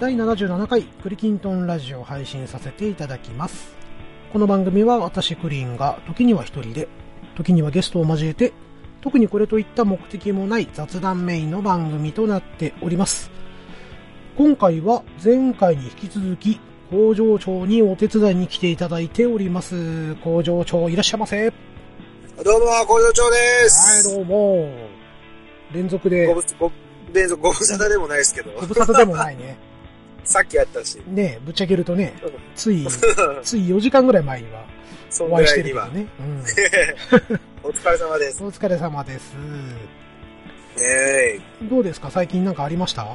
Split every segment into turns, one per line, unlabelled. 第77回クリキントンラジオを配信させていただきますこの番組は私クリーンが時には一人で時にはゲストを交えて特にこれといった目的もない雑談メインの番組となっております今回は前回に引き続き工場長にお手伝いに来ていただいております工場長いらっしゃいませは
どうも、工場長です。
いどうも連続で
ごぶご連続ご無沙汰でもないですけど、
ご無沙汰でもないね。
さっきやったし、
ねえぶっちゃけるとね、つい、つい4時間ぐらい前には
そん
お
ぐ
会いし
ら
て
い
るけ
に
ど
は。
ね。うん。
お疲れ様です。
お疲れ様です。
ええ
どうですか最近なんかありました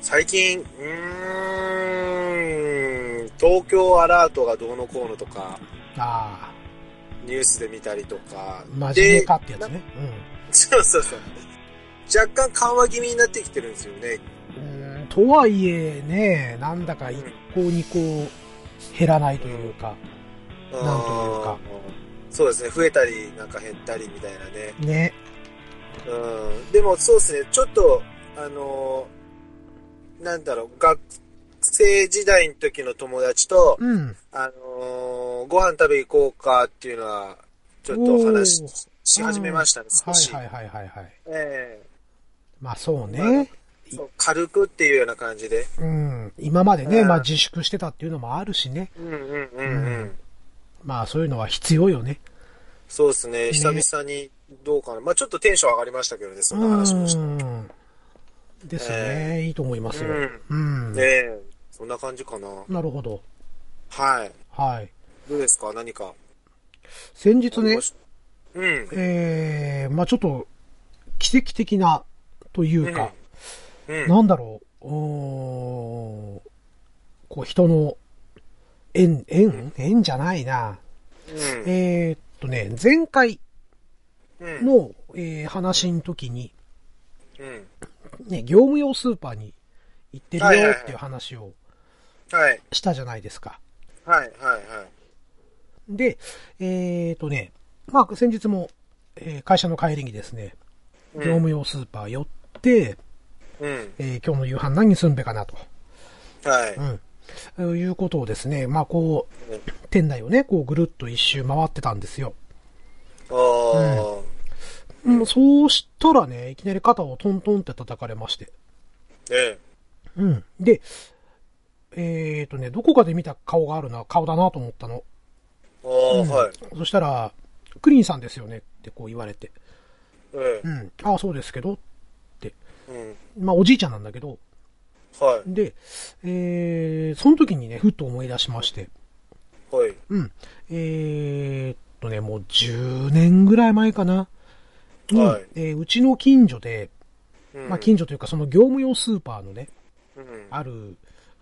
最近、うーん、東京アラートがどうのこうのとか、
ああ、
ニュースで見たりとか、
真面目かってやつね。
で。 そうそうそう。若干緩和気味になってきてるんですよね。
うん。うんとはいえね、なんだか一向にこう、減らないというか、
うん
なんというか
そうですね、増えたり、なんか減ったりみたいな
ね。
ね。うんでもそうですね、ちょっと、あのーなんだろう、学生時代の時の友達と、
うん。
あのーご飯食べ行こうかっていうのは、ちょっとお話
おー
しし始めましたね、
は
少し。
いはいはいはいはい。
え
まあそうね。
えそう軽くっていうような感じで。
うん。今までね、
うん
まあ自粛してたっていうのもあるしね。
うんうんうんうん。
まあそういうのは必要よね。
そうですね、久々にどうかな。まあちょっとテンション上がりましたけどね、そんな話もして。
うん。ですね、いいと思いますよ。う。
うんねえ、そんな感じかな。
なるほど。
はい。
はい。
どうですか何か。
先日ね、
うん。
えー、まあちょっと、奇跡的な、というか、
うん。
なんだろう、おーこう人の、縁、縁縁じゃないな。
うん
えーっとね、前回
うん。
の、えー話の時に、
うん。
ね、業務用スーパーに行ってるよっていう話を
はい。
したじゃないですか。
はい、はい、はい。
で、えっ、とね、まあ、先日も、えー会社の帰りにですね、業務用スーパー寄って、
うん。
えー今日の夕飯何にすんべかなと、
はい。
うん、いうことをですね、まあ、こ
うん
う、店内をね、こうぐるっと一周回ってたんですよ。
あ
うん、そうしたらね、いきなり肩をトントンって叩かれまして。
あ。え
うん。で、えっ、とね、どこかで見た顔があるな、顔だなと思ったの。
え。ああ、はい。
そしたら、クリーンさんですよねってこう言われて。
え
うん。ああ、そうですけど。
え。うん。
まあ、おじいちゃんなんだけど、
は
で、えー、その時にね、ふっと思い出しまして、
い。はい。
うん。えー、っとね、もう10年ぐらい前かな。に、
はい
えーうちの近所で、
うん
まあ、近所というかその業務用スーパーのね、
うん。
ある、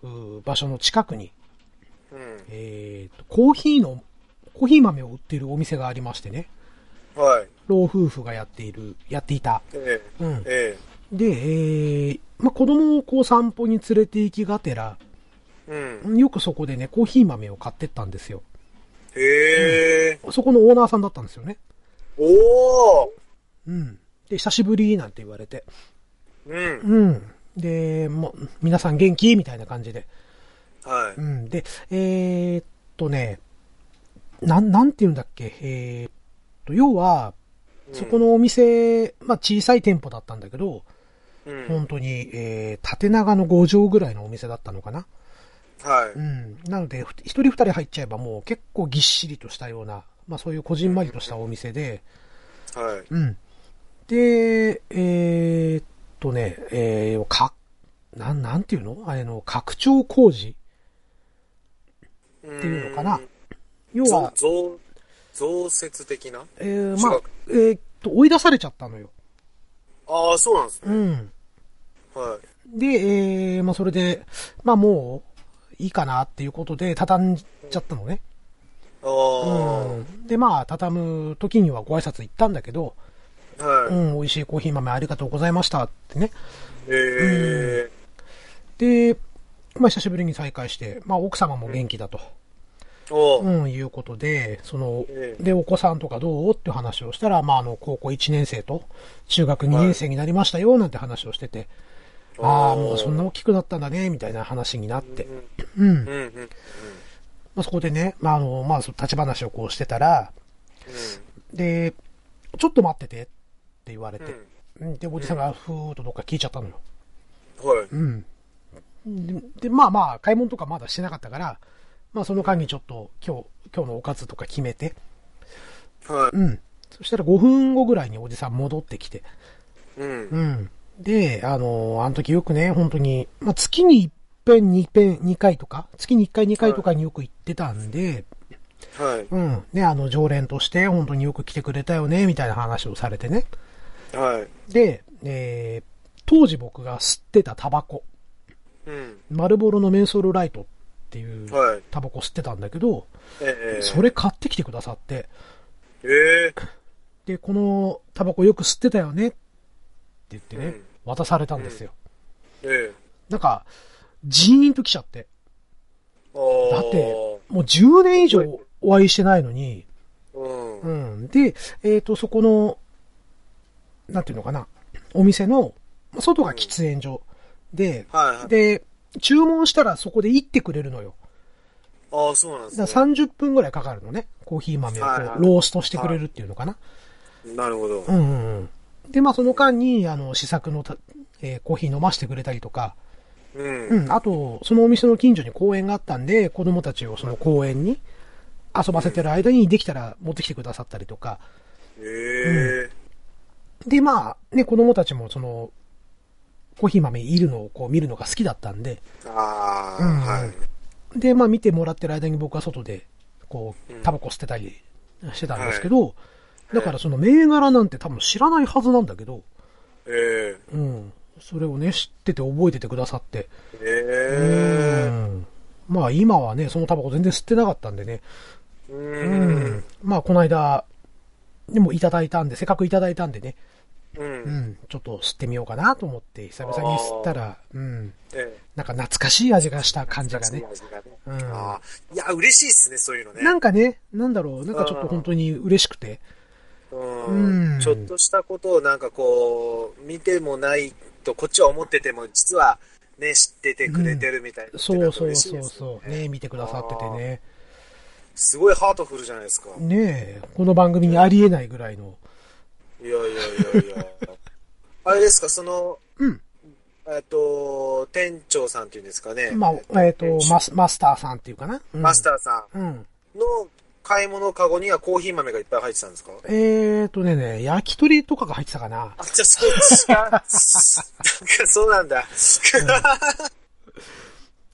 うー場所の近くに、
うん。
えーっと、コーヒーの、コーヒー豆を売ってるお店がありましてね、
はい。
老夫婦がやっている、やっていた。
ええ。
うん。
え
で、えー、まあ、子供をこう散歩に連れて行きがてら、
え。うん。
よくそこでね、コーヒー豆を買ってったんですよ。
へえ。
そこのオーナーさんだったんですよね。
おお。
うん。で、久しぶりなんて言われて。
うん。
うん。で、もう、皆さん元気みたいな感じで。
は
う
い。
ん。で、えーっとね、なん、なんて言うんだっけ、えーっと、要は、そこのお店、まあ小さい店舗だったんだけど、
うん。
本当に、えー、縦長の5畳ぐらいのお店だったのかな。
は
う
い。
ん。なので、ふ一人二人入っちゃえばもう結構ぎっしりとしたような、まあそういうこじんまりとしたお店で、
はい。
うん。で、えーっとね、えー、か、なん、なんていうのあれの、拡張工事
うん。
っていうのかな。要
増
は、、
増、増設的な
えー、まあ、えーっと、追い出されちゃったのよ。
ああ、そうなんです
う
ね。
ん。
は
で、えー、まあそれで、まあもう、いいかなっていうことで、畳んじゃったのね。
い。あ
うん。で、まあ、畳む時にはご挨拶行ったんだけど、
あ。は
う
い。
ん、美味しいコーヒー豆ありがとうございましたってね。
ええ。
で、まあ久しぶりに再会して、まあ奥様も元気だと。
おお。
うん、いうことで、その
え、え
で、お子さんとかどうって話をしたら、まあ、あの、高校1年生と中学2年生になりましたよ、なんて話をしてて、ああ、もうそんな大きくなったんだね、みたいな話になって
う。ん
うん。
うんうんうん
まあ、そこでね、まあ、あの、まあ、その立ち話をこうしてたら、で、ちょっと待っててって言われて。うんで、おじさんがふーっとどっか聞いちゃったのよ。
うんはい
うん。で、でまあまあ、買い物とかまだしてなかったから、まあその間にちょっと今日、今日のおかずとか決めて、
は
うん。そしたら5分後ぐらいにおじさん戻ってきて、
いうん
うん。で、あのーあの時よくね、本当に、まあ月に一遍、二遍、二回とか、月に一回、二回とかによく行ってたんで、
はい
うん。ね、あの、常連として本当によく来てくれたよね、みたいな話をされてね。
はい
で、えー、当時僕が吸ってたタバコ、
うん
丸ボロのメンソールライトっていう
はい
タバコ吸ってたんだけど、
ええ
それ買ってきてくださって、
ええ
で、このタバコよく吸ってたよねって言ってね、
うん
渡されたんですよ。
ええ
なんか、ジーンと来ちゃって。
あー
だって、もう10年以上お会いしてないのに、
うん
う
は
ん。で、えっ、と、そこの、なんていうのかな、お店の、まあ外が喫煙所で、
い
で、注文したらそこで行ってくれるのよ。
ああそうなんで
だ
す
か
ね
ら30分ぐらいかかるのね。コーヒー豆をこ
はいはいう
ローストしてくれるっていうのかな。
なるほど
うんうんうん。で、まあその間に、あの、試作のた、えーコーヒー飲ましてくれたりとか、
うん
うん、あと、そのお店の近所に公園があったんで、子供たちをその公園に遊ばせてる間にできたら持ってきてくださったりとか、
ええ
で、まあ、ね、子供たちもその、コーヒー豆いるのをこう見るのが好きだったんで、
ああ
うん
はい
で、まあ見てもらってる間に僕は外で、こう
うん、
タバコ捨てたりしてたんですけど、だからその銘柄なんて多分知らないはずなんだけど、
え
うん。それをね、知ってて覚えててくださって。
ええ
うん。まあ今はね、そのタバコ全然吸ってなかったんでね。
えう
うん
ん。
まあこの間、でもいただいたんで、せっかくいただいたんでね。
う
うんん。ちょっと吸ってみようかなと思って、久々に吸ったら、うん。
え
なんか懐かしい味がした
え
感じがね。
懐かしい味がね
うん
ああいや嬉しいっすねそういうのね
なんかね、なんだろう、なんかちょっと本当に嬉しくて。
う
うんん
ちょっとしたことをなんかこう、見てもないと、こっちは思ってても、実はね、知っててくれてるみたいな、
そうそうそう
う
そ
ん
う。ね見てくださっててね。
すごいハートフルじゃないですか。い
ねえ、この番組にありえないぐらいの。
やいやいやいや。 あれですか、その、
うん
えっと、店長さんっていうんですかね。
まあ、えっ、
店
と、
長
マス、マスターさんっていうかな。うん
マスターさ
うん。
んの買い物カゴにはコーヒー豆がいっぱい入ってたんですか
えっ、とねね、焼き鳥とかが入ってたかな。
あ、じゃあそっち か。なんかそうなんだ。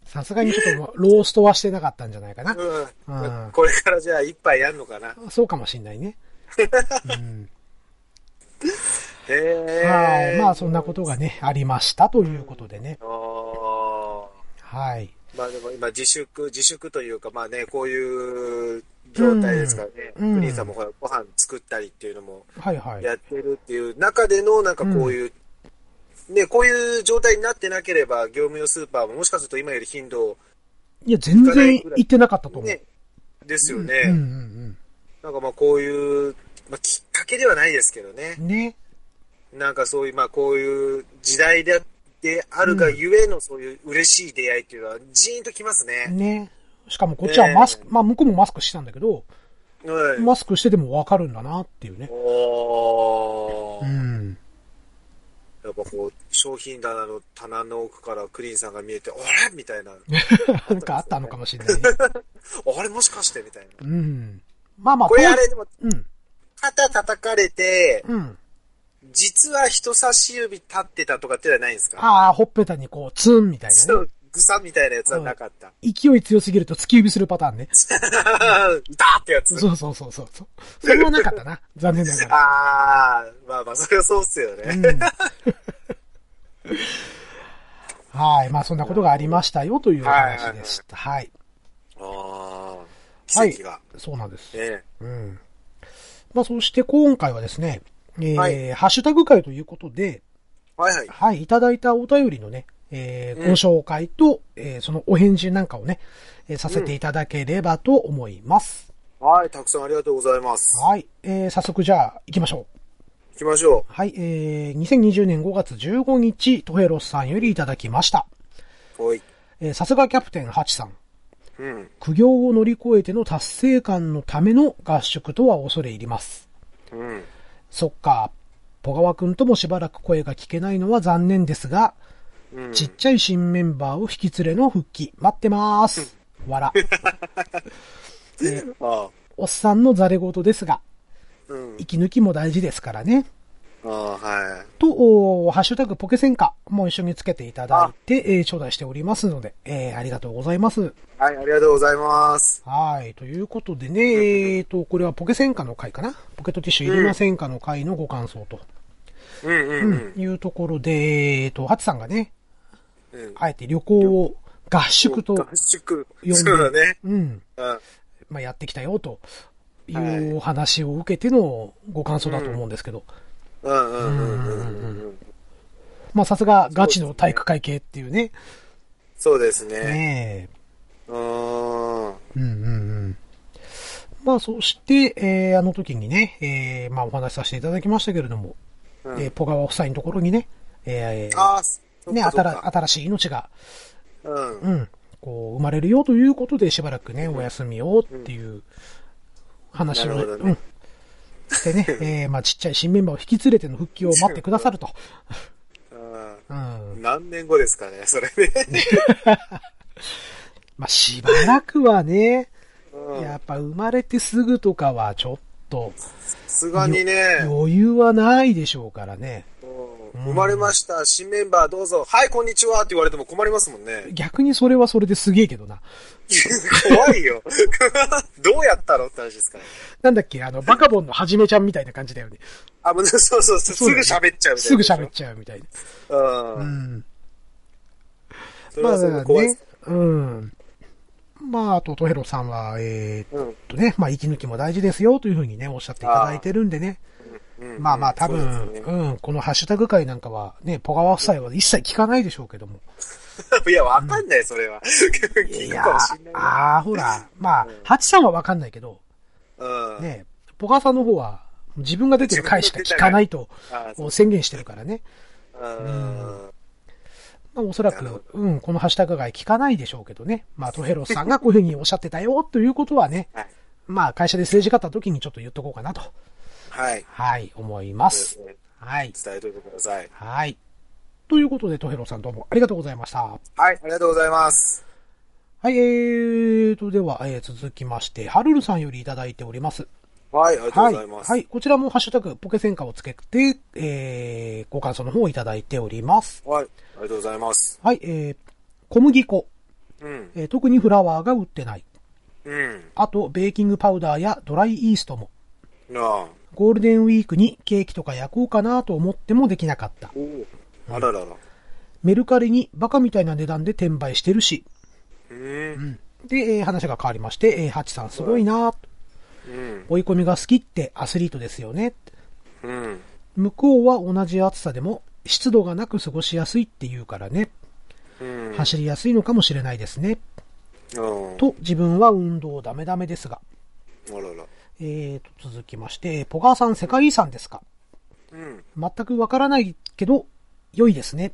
さすがにちょっとローストはしてなかったんじゃないかな。
うん
うん
これからじゃあ一杯やんのかな。
そうかもしんないね。うん、
へ
は
え。
い。まあ、そんなことがね、ありましたということでね。
あー
はい。
まあでも今自粛、自粛というか、まあね、こういう状態ですからね。
うん
プリンさんもほらご飯作ったりっていうのも
はいはい。
やってるっていう中での、なんかこういう、ね、こういう状態になってなければ、業務用スーパーももしかすると今より頻度、
いや、全然行ってなかったと思う。
ね、ですよ
うんう
ね。
ん
なんかまあこういう、まあきっかけではないですけどね
う。ん。ね。
なんかそういう、まあこういう時代で、であるがゆえのそういう嬉しい出会いっていうのは、ジーンときますね。
ね。しかもこっちはマスク、
え
まあ向こうもマスクしてたんだけど、
はい。
マスクしててもわかるんだなっていうね。
お
う
ー
ん。
やっぱこう、商品棚の棚の奥からクリーンさんが見えて、あれみ たいな。
なんかあったのかもしれないね。
あれもしかしてみたいな。
うん。まあまあ、
これ
当
あ
時
れでも、
うん。
肩叩かれて、
うん。
実は人差し指立ってたとかってのはないんですか
ああ、ほっぺたにこう、ツンみたい
そ
なね。
う、ぐさみたいなやつはなかった。
勢い強すぎると突き指するパターンね。
いたってやつ。
そうそうそうそうそう。それはなかったな。残念ながら。
あー、まあまあ、それはそうっすよ
う
ね。
ん。はい。まあ、そんなことがありましたよという話でした。はい。
あ
は
ー、
い
奇跡が。
そうなんです。
ね
うん。まあ、そして今回はですね、えー
はい
ハッシュタグ会ということで、
はいはい。
はい、いただいたお便りのね、えー
うん
ご紹介と、えーそのお返事なんかをね、えーさせていただければと思います。
はい、たくさんありがとうございます。
はい、えー早速じゃあ行きましょう。
行きましょ
はい、えー、2020年5月15日、トヘロスさんよりいただきました。
う。おい。
えーさすがキャプテンハチさん。
うん。
苦行を乗り越えての達成感のための合宿とは恐れ入ります。
うん。
そっか。小川くんともしばらく声が聞けないのは残念ですが、
うん。
ちっちゃい新メンバーを引き連れの復帰、待ってまーす。わら。
ああ。
おっさんのザレ事ですが、
うん。
息抜きも大事ですからね。
ああ、はい。
と、おーハッシュタグポケセンカも一緒につけていただいて、えー頂戴しておりますので、えーありがとうございます。
はい、ありがとうございます。
はい。ということでね、えーと、これはポケセンカの回かなポケットティッシュいりませんかの回のご感想と
うんうんうん。
いうところで、えーと、ハチさんがね、
うん、
あえて旅行を合宿と
合宿。
呼んで、
そうだね。
うん、
うん。
まあ、やってきたよとい
はいう
お話を受けてのご感想だと思うんですけど、
うんうんうんうんうんうん。
まあ、さすがガチの体育会系っていうね、
そうですね。
ねえ
うーん。
うんうんうん。まあ、そして、えーあの時にね、えーまあ、お話しさせていただきましたけれども、
うん
えーポガワ夫妻のところにね、えー
ああ、そっか
ね、
そっか
新新しい命が、
うん。
うん、こう、生まれるよということで、しばらくね、お休みをっていう話を、
なるほど
う
ね
ん。して ね、えーまあ、ちっちゃい新メンバーを引き連れての復帰を待ってくださると。
うん
うん。
何年後ですかね、それね。
まあ、しばらくはね、
うん
やっぱ生まれてすぐとかはちょっと、
さすがにね、
余裕はないでしょうからね。
うん生まれました、新メンバーどうぞ、はい、こんにちはって言われても困りますもんね。
逆にそれはそれですげえけどな。
怖いよ。 どうやったのって話ですから。
なんだっけ、あの、バカボンのはじめちゃんみたいな感じだよね。
あ、もうそうそうそう、
そうだよね
すぐ喋っちゃうみた
す
い
ぐ
な。
喋っちゃうみたいな。
う。
うんん。
それ
まあ、
はす
だか
ご
ら
い怖いで
ね
す。、
うん。まあ、あと、トヘロさんは、えー
う
っ
ん
とね、まあ、息抜きも大事ですよというふうにね、おっしゃっていただいてるんでね。
うん
まあまあ、多
そう
分、
ですね
うん、このハッシュタグ会なんかは、ね、ポガワ夫妻は一切聞かないでしょうけども。
いや、わかんない、それは。聞くかもしんないな。
ああ、ほら、まあ、ハチさんはわかんないけど、
うん。
ね、ポガワさんの方は、自分が出てる回しか聞かないと、
あそ
も
う
う宣言してるからね。
うん。
まあ、おそら
なるほ
く、うん、このハッシュタグが聞かないでしょうけどね。まあ、トヘロさんがこういうふうにおっしゃってたよ、ということはね、
はい
まあ、会社で政治家った時にちょっと言っとこうかなと、
はい。
はい、思います
そう。ですね
はい。
伝えておいてください。
はい。ということで、トヘロさんどうもありがとうございました。
はい、ありがとうございます。
はい、えーと、では、えー続きまして、ハルルさんよりいただいております。
はい、ありがとう
は
ご
い。
ざいます。
はい。こちらもハッシュタグ、ポケセンカをつけて、えー、ご感想の方をいただいております。
はい、ありがとうございます。
はい、えー、小麦粉、
うん、
えー特にフラワーが売ってない。
うん、
あと、ベーキングパウダーやドライイーストも。
なあ、
ゴールデンウィークにケーキとか焼こうかなと思ってもできなかった。
おお、あららら、
メルカリにバカみたいな値段で転売してるし。
うん、
で、えー話が変わりまして、えーハチさんすごいな
うん、
追い込みが好きってアスリートですよね。
うん、
向こうは同じ暑さでも湿度がなく過ごしやすいって言うからね。
うん、
走りやすいのかもしれないですね。
うん、
と、自分は運動ダメダメですが。
あらら、
えーと、続きまして、ポガーさん世界遺産ですか
うん、
全くわからないけど、良いですね。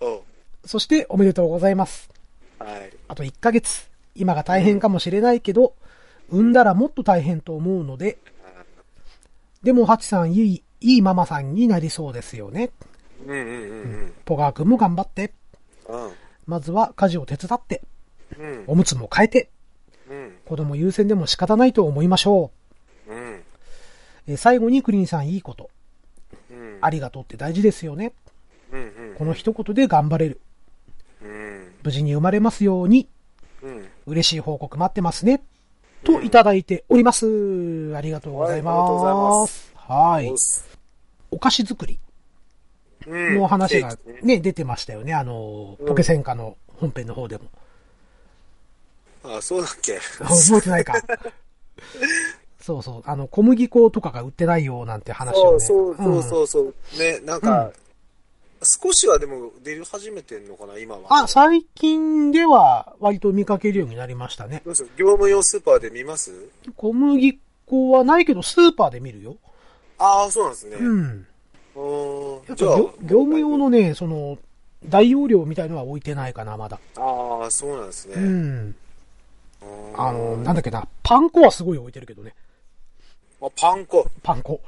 お
そして、おめでとうございます。
はい、
あと1ヶ月。今が大変かもしれないけど、産んだらもっと大変と思うので、でも、ハチさん、いい、いいママさんになりそうですよね。
うん、うん、うん、
ポガー君も頑張って。
うん、
まずは家事を手伝って、
うん、
おむつも変えて、
うん、
子供優先でも仕方ないと思いましょ
うん、
う。えー最後にクリンさんいいこと。
うん、
ありがとうって大事ですよね。
うん、うん、
この一言で頑張れる。
うん、
無事に生まれますように、
うん、
嬉しい報告待ってますね。といただいております。ありがとうございます。はい。
おっ
お
す
菓子作り
うん、
の話が
ケーキね
ね、出てましたよね。あの、ポケセンカの本編の方でも。
あ、そうだっけ
覚えてないか。 そうそう。あの、小麦粉とかが売ってないよなんて話
そ
をね。
うそうそう
うん
そうそう、ね、なんか、少しはでも出る始めてんのかな、今は。
あ、最近では割と見かけるようになりましたね。
どうしよう業務用スーパーで見ます
小麦校はないけど、スーパーで見るよ。
ああ、そうなんですね。
うん。
うん
やっぱ
じゃ
業、
あ
業務用のね、その、大容量みたいのは置いてないかな、まだ。
ああ、そうなんですね。
うん。
うん
あの、なんだっけな、パン粉はすごい置いてるけどね。
あ、パン粉。
パン粉。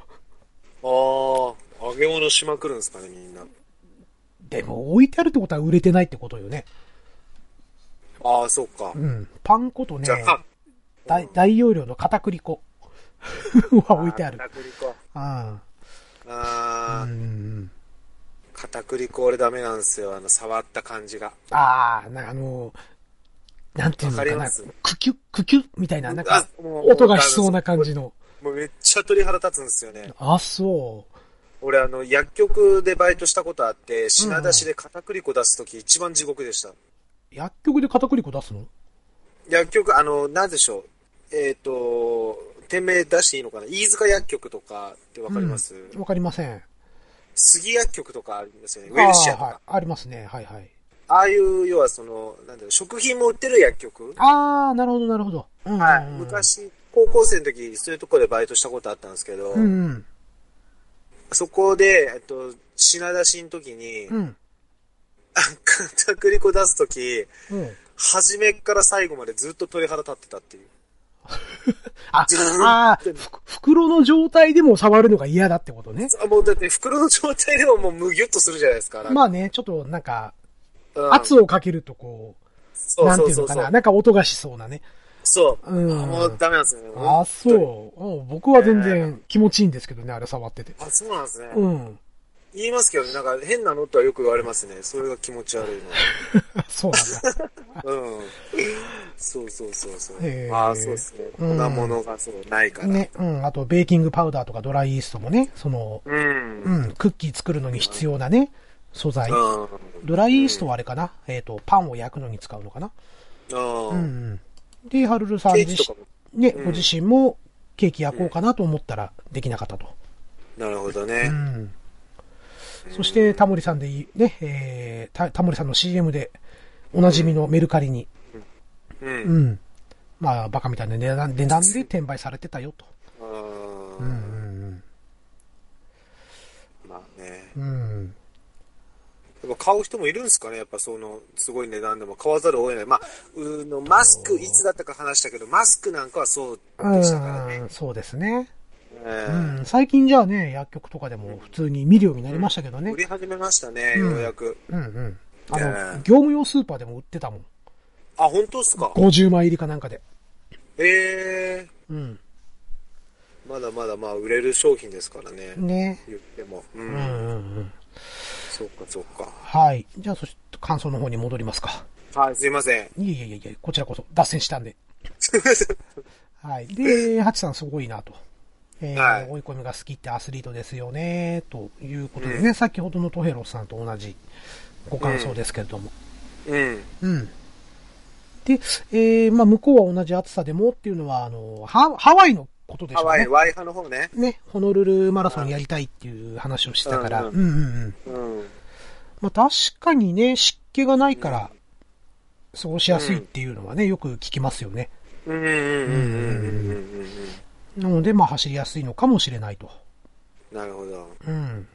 ああ、揚げ物しまくるんですかね、みんな。
でも、置いてあるってことは売れてないってことよね。
ああ、そうか。
うん。パン粉とね
じゃ、あ、
大大容量の片栗粉 は置いてある。
片栗粉。
ああ。う
ああ、
ん。
片栗粉俺ダメなんですよ。あの、触った感じが。
ああ、なあの、なんていうのか
わか
な
ります、
クキュッ、クキュッみたいな、なんか、
あもう
音がしそうな感じの。
もうめっちゃ鳥肌立つんですよね。
あ、そう。
俺、あの、薬局でバイトしたことあって、品出しで片栗粉出すとき一番地獄でした。
薬局で片栗粉出すの
薬局、あの、なんでしょう。えっ、と、店名出していいのかな飯塚薬局とかってわかります、
うんわかりません。
杉薬局とかありますよね。ウェルシアと
あーはい
か。。
ありますね。はいはい。
ああいう、要はその、なんだろう、食品も売ってる薬局
ああ、なるほど、なるほど。うんうんうん
はい。。昔、高校生の時、そういうところでバイトしたことあったんですけど、
うんうん。
そこで、えっと、品出しの時に、
うん。
片栗粉出す時、
うん。
初めから最後までずっと鳥肌立ってたっていう。
あ、あーふく袋の状態でも触るのが嫌だってことね。
あもうだって袋の状態でももうむぎゅっとするじゃないですか。
まあね、ちょっとなんか、
あ
圧をかけるとこう、
そ
な
うん
て
そ
い
う
うの
そう
か
そ
な、
う。
なんか音がしそうなね。
そう。
うん
あもうダメなんですよね。
あ、そう。うん僕は全然気持ちいいんですけどね、あれ触ってて。
あ、そうなんですね。
うん。
言いますけどね、なんか変なのとはよく言われますね。それが気持ち悪いの。
そうなんだ。
うんそうそうそうそう
へ。ー
ああ、そうですね。
うん
粉物がそうないから。
ね、うん。あと、ベーキングパウダーとかドライイーストもね、その、う
う。
んん、クッキー作るのに必要なね、素材。
うん。
ドライイーストはあれかな、えっ、と、パンを焼くのに使うのかな
う。
うんん。で、ハルルさん
ケーキ
自
とか
身、
も。
ね、
うん
ご自身もケーキ焼こうかなと思ったらできなかったと。
なるほど
う
ね。
ん。そして、タモリさんでいい、ね、えー、タタモリさんの CM で、おなじみのメルカリに、
う。
うんん。まあ、バカみたいな値段値段で転売されてたよと。
あ
うん
ーまあね。
うんうん。うん。
やっぱ買う人もいるんですかねやっぱその、すごい値段でも買わざるを得ない。まあ、うーの、マスク、いつだったか話したけど、マスクなんかはそうでしたからね
うん、。そうですね。
え
う
ー
ん。最近じゃあね、薬局とかでも普通に見るようになりましたけどね
売。り始めましたね、
うん
ようやく。
うんうん。あの、
う
業
ん
務用スーパーでも売ってたもん。
あ、本当っすか
50枚入りかなんかで。
ええ
うん。
ー、まだまだまあ売れる商品ですからね。
ね。
言っても。う。
うんんうん
そっかそっか。
はい。じゃあ、そして感想の方に戻りますか。
はい、すいません。
いえいえいえいえ、こちらこそ脱線した んで。はい。で、ハチさんすごいなと。えー
はい
追い込みが好きってアスリートですよね、ということでね、先ほどのトヘロスさんと同じご感想ですけれども。
うん。
うん。で、えーまあ、向こうは同じ暑さでもっていうのは、あの、ハハワイのことでし
ハ
ょう
ワイ、
ね。
ワイ派の方ね。
ね、ホノルルマラソンやりたいっていう話をしてたから。
うん
うんうんうん。
うん。
まあ、確かにね、湿気がないから、過ごしやすいっていうのはね、よく聞きますよね。
うんうんうんうんうんうんうん。
なので、まあ、走りやすいのかもしれないと。
なるほど。
うん。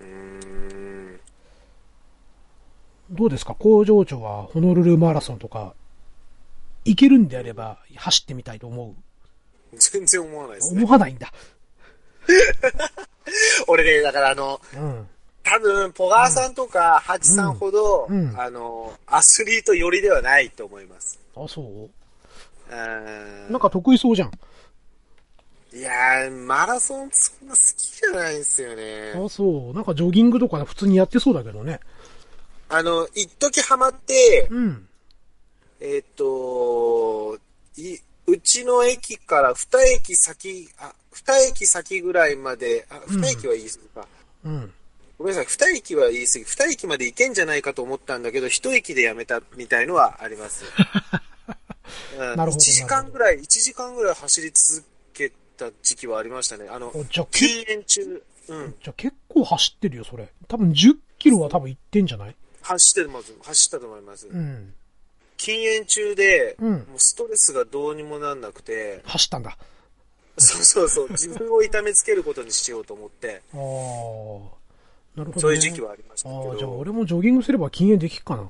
うーん。
どうですか工場長は、ホノルルマラソンとか、行けるんであれば、走ってみたいと思う。
全然思わないですね。
思わないんだ。
俺ね、だからあの、
うん。
多分、ポガーさんとか、ハチさんほど、
うんうん
あの、アスリート寄りではないと思います。
あ、そう
ー
うなんんか得意そうじゃん。
いやー、マラソンそんな好きじゃないんですよね。
あ、そう。なんかジョギングとか普通にやってそうだけどね。
あの、一時ハマって、
うん。
えーっと、いうちの駅から二駅先、あ、二駅先ぐらいまで、あ、
うん
二駅は言い過ぎか。
うん。
ごめんなさい、二駅は言い過ぎ。二駅まで行けんじゃないかと思ったんだけど、一駅でやめたみたいのはあ ります。うん、
なるほど
1時間ぐらい、一時間ぐらい走り続けた時期はありましたね。あの、
おじゃあけ
禁煙中、うん、
じゃあ結構走ってるよ、それ。多分10キロは多分行ってんじゃない
走ってます、走ったと思います。
うん。
禁煙中で、
うん
もうストレスがどうにもなんなくて、
走ったんだ。
そうそうそう、自分を痛めつけることにしようと思 って、
ああ。なるほど、ね。
そういう時期はありましたけ
ああ、じゃあ
ど、
俺もジョギングすれば禁煙できっかな。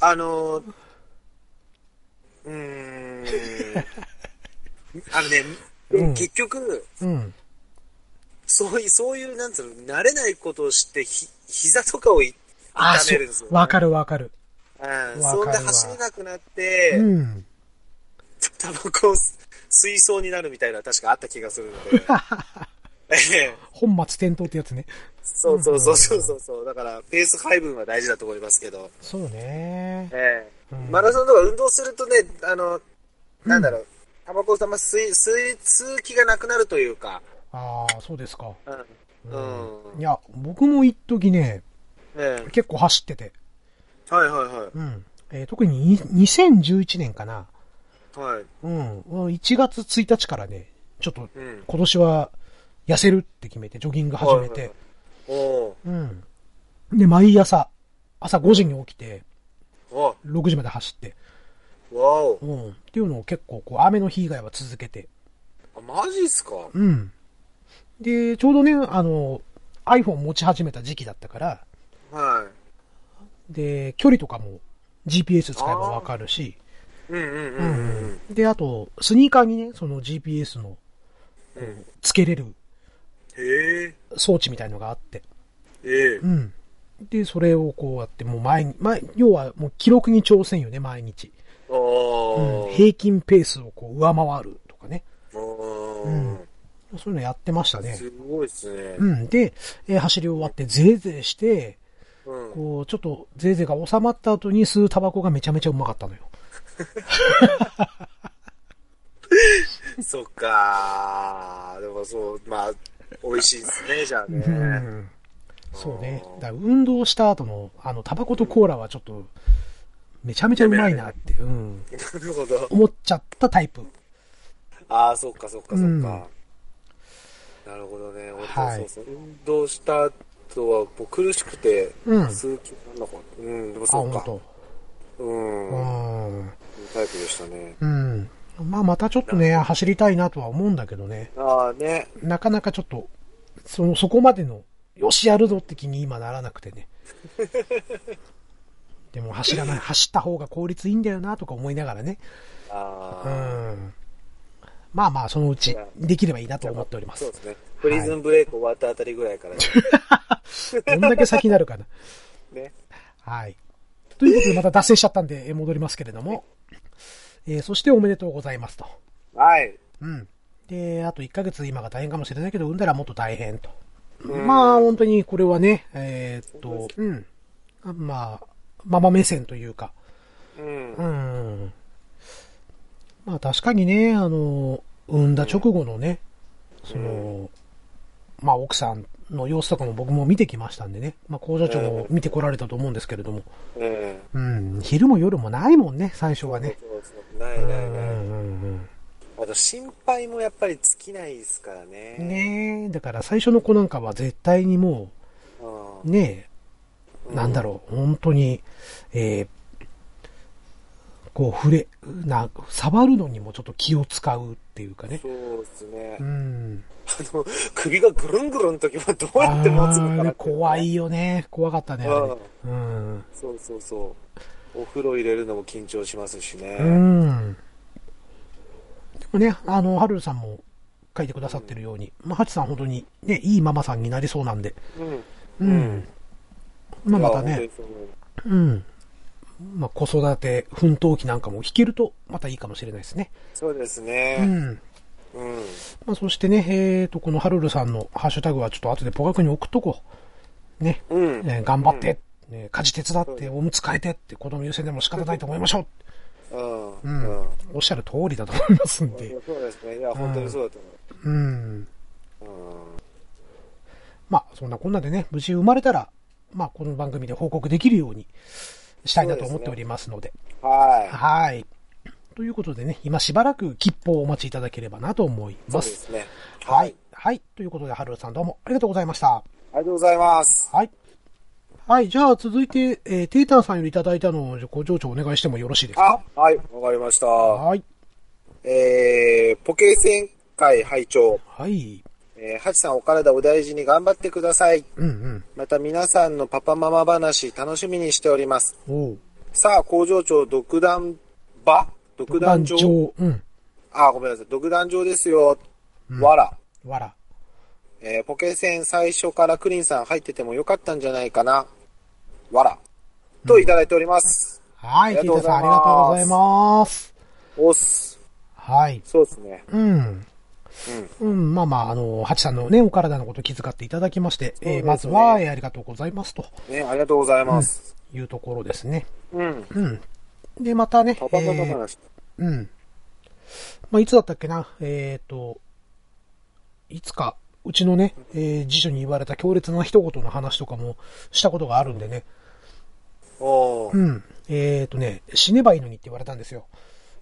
あのー、うーん、あのね、
うん
結局、
うん。
そういう、そういう、なんつうの、慣れないことをして、ひ、膝とかをい
あ、
痛
そ
めるんですよ、
う。わかるわかる。
う
わ
ん、
かるわ
そんで走れなくなって、
うん。
タバコを吸水槽になるみたいな確かあった気がするの で。ええ
本末転倒ってやつね。
そうそうそうそうそうそう。だから、ペース配分は大事だと思いますけど。
そうね。
ええ
うん
マラソンとか運動するとね、あの、なんだろう、タバコをたま吸い、吸い、吸う気がなくなるというか。
ああ、そうですか。
うん。うん
いや、僕も一時ね、
え
結構走ってて。
えはいはいは
うん。えー特にい2011年かな。
い。はい。
うん。1月1日からね、ちょっと
うん。
今年は痩せるって決めて、ジョギング始めて。
おお
うん。で、毎朝、朝5時に起きて、
ーお
6時まで走って。
わお
うん。っていうのを結構、こう、雨の日以外は続けて。
あ、マジっすか
うん。で、ちょうどね、あの、iPhone 持ち始めた時期だったから、
は
で、距離とかも GPS 使えばわかるし、
い。うんうんうんうん
で、あと、スニーカーにね、その GPS の
うん。うん、
つけれる
へえ。
装置みたいのがあって、
ええ
う。ん。で、それをこうやって、もう毎日、毎要はもう記録に挑戦よね、毎日。
ああ。
うん、平均ペースをこう上回るとかね。
うん
そういうのやってましたね。
すごいですね。
うん。で、えー走り終わって、ぜいぜいして、
うん。
こう、ちょっと、ゼーゼーが収まった後に吸うタバコがめちゃめちゃうまかったのよ。
そっかー。でもそう、まあ、美味しいですね、じゃあね。
うん。そうね。だから運動した後の、あの、タバコとコーラはちょっと、めちゃめちゃうまいなって、うん。
なるほど。
思っちゃったタイプ。
ああ、そっかそっかそっか。
うん
なるほどね。俺も
はい
そうそう。運動した後は、もう苦しくて、
うん
吸う気になんなかった。うん、でも
あ、
そう
本
か。
当。
うん。
う。
いうんタイプでしたね。
うん。まあ、またちょっとね、走りたいなとは思うんだけどね。
ああね。
なかなかちょっと、その、そこまでの、よしやるぞって気に今ならなくてね。 でも走らない、走った方が効率いいんだよなとか思いながらね。
あ
う
あ。
ん。まあまあ、そのうち、できればいいなと思っておりま
そう
す
で。すね。プリズンブレイク終わったあたりぐらいからね。
どんだけ先になるかな。
ね
はい。ということで、また脱線しちゃったんで、えー戻りますけれども。えーそしておめでとうございますと。
はい。
うん。で、あと1ヶ月今が大変かもしれないけど、産んだらもっと大変と。
うん
まあ、本当にこれはね、えーっ
本当
と、うん。まあ、ママ目線というか、
うん
う。ん。まあ確かにね、あの、産んだ直後のね、その、まあ奥さんの様子とかも僕も見てきましたんでね、まあ工場長も見てこられたと思うんですけれども、
うん。
うん、昼も夜もないもんね、最初はね。
そうそうな
う
い
ん
ないない。
うん
あと心配もやっぱり尽きないですからね。
うんねえ、だから最初の子なんかは絶対にも
う
う、
ん。
ね
う
え、
ん
なんだろう、本当に、えーこう触れ、な、触るのにもちょっと気を使うっていうかね。
そうですね
う。ん。
あの、首がぐるんぐるんの時はどうやって持つのか
あ
な
れ
って
怖。いよね。怖かったね。あれうん。
そうそうそう。お風呂入れるのも緊張しますしね。
うん。でもね、あの、はるさんも書いてくださってるように、まあ、はちさん本当にね、いいママさんになりそうなんで、
う
う
ん。
ん。まあ、また
いや
ね、。
本当にそう思う
うん。まあ、子育て、奮闘期なんかも弾けると、またいいかもしれないですね。
そうです
う
ね。
ん。
うん。
まあ、そしてね、えーと、このはるるさんのハッシュタグはちょっと後でポカ君に送っとこう。ね。
うん。
ね頑張って、ね、家事手伝って、おむつ替えてって、子供優先でも仕方ないと思いましょう。
うん。う
うん
ん。
おっしゃる通りだと思いますんで。
そうですね。いや、本当にそうだと
う
思う。
ん。
うん
まあ、そんなこんなでね、無事生まれたら、まあ、この番組で報告できるようにしたいなと思っておりますので。
は
はい。ということでね、今しばらく切符をお待ちいただければなと思い
い。そ
ま。
うですすね。
は
はいい。。
はい。ということで、はるさんどうもありがとうございました。
ありがとうございます。
はい。はい。じゃあ、続いて、えー、テータンさんよりいただいたのを、ご情緒お願いしてもよろしいですか
あ、はい。わかりました。
はい。
えー、ポケセン会拝聴、
はい。
えー、ハチさんお体お大事に頑張ってください。
うん
また皆さんのパパママ話楽しみにしております。
うん。おう。
さあ、工場長独断場独断場
上。うん。
あ、ごめんなさい。独断場ですよ。わら。
わら。
えーポケセン最初からクリンさん入っててもよかったんじゃないかな。わら。といただいております。
はい、
あ
キ
り
ー
がと
タさ
うご
ん
ざ
あ
います
りがとうございます。
おっす。
はい。
そうですね。
うん。うん、まあまあ、あの、ハチさんのね、お体のこと気遣っていただきまして、えーまずは、えーありがとうございますと
ね、ありがとうございます。
いうところですね。
うん。
で、またね、
パパママ
えー
話。
うん。まあ、いつだったっけな、えっ、と、いつか、うちのね、えー、辞書に言われた強烈な一言の話とかもしたことがあるんでね、
おー
うん。えっ、とね、死ねばいいのにって言われたんですよ。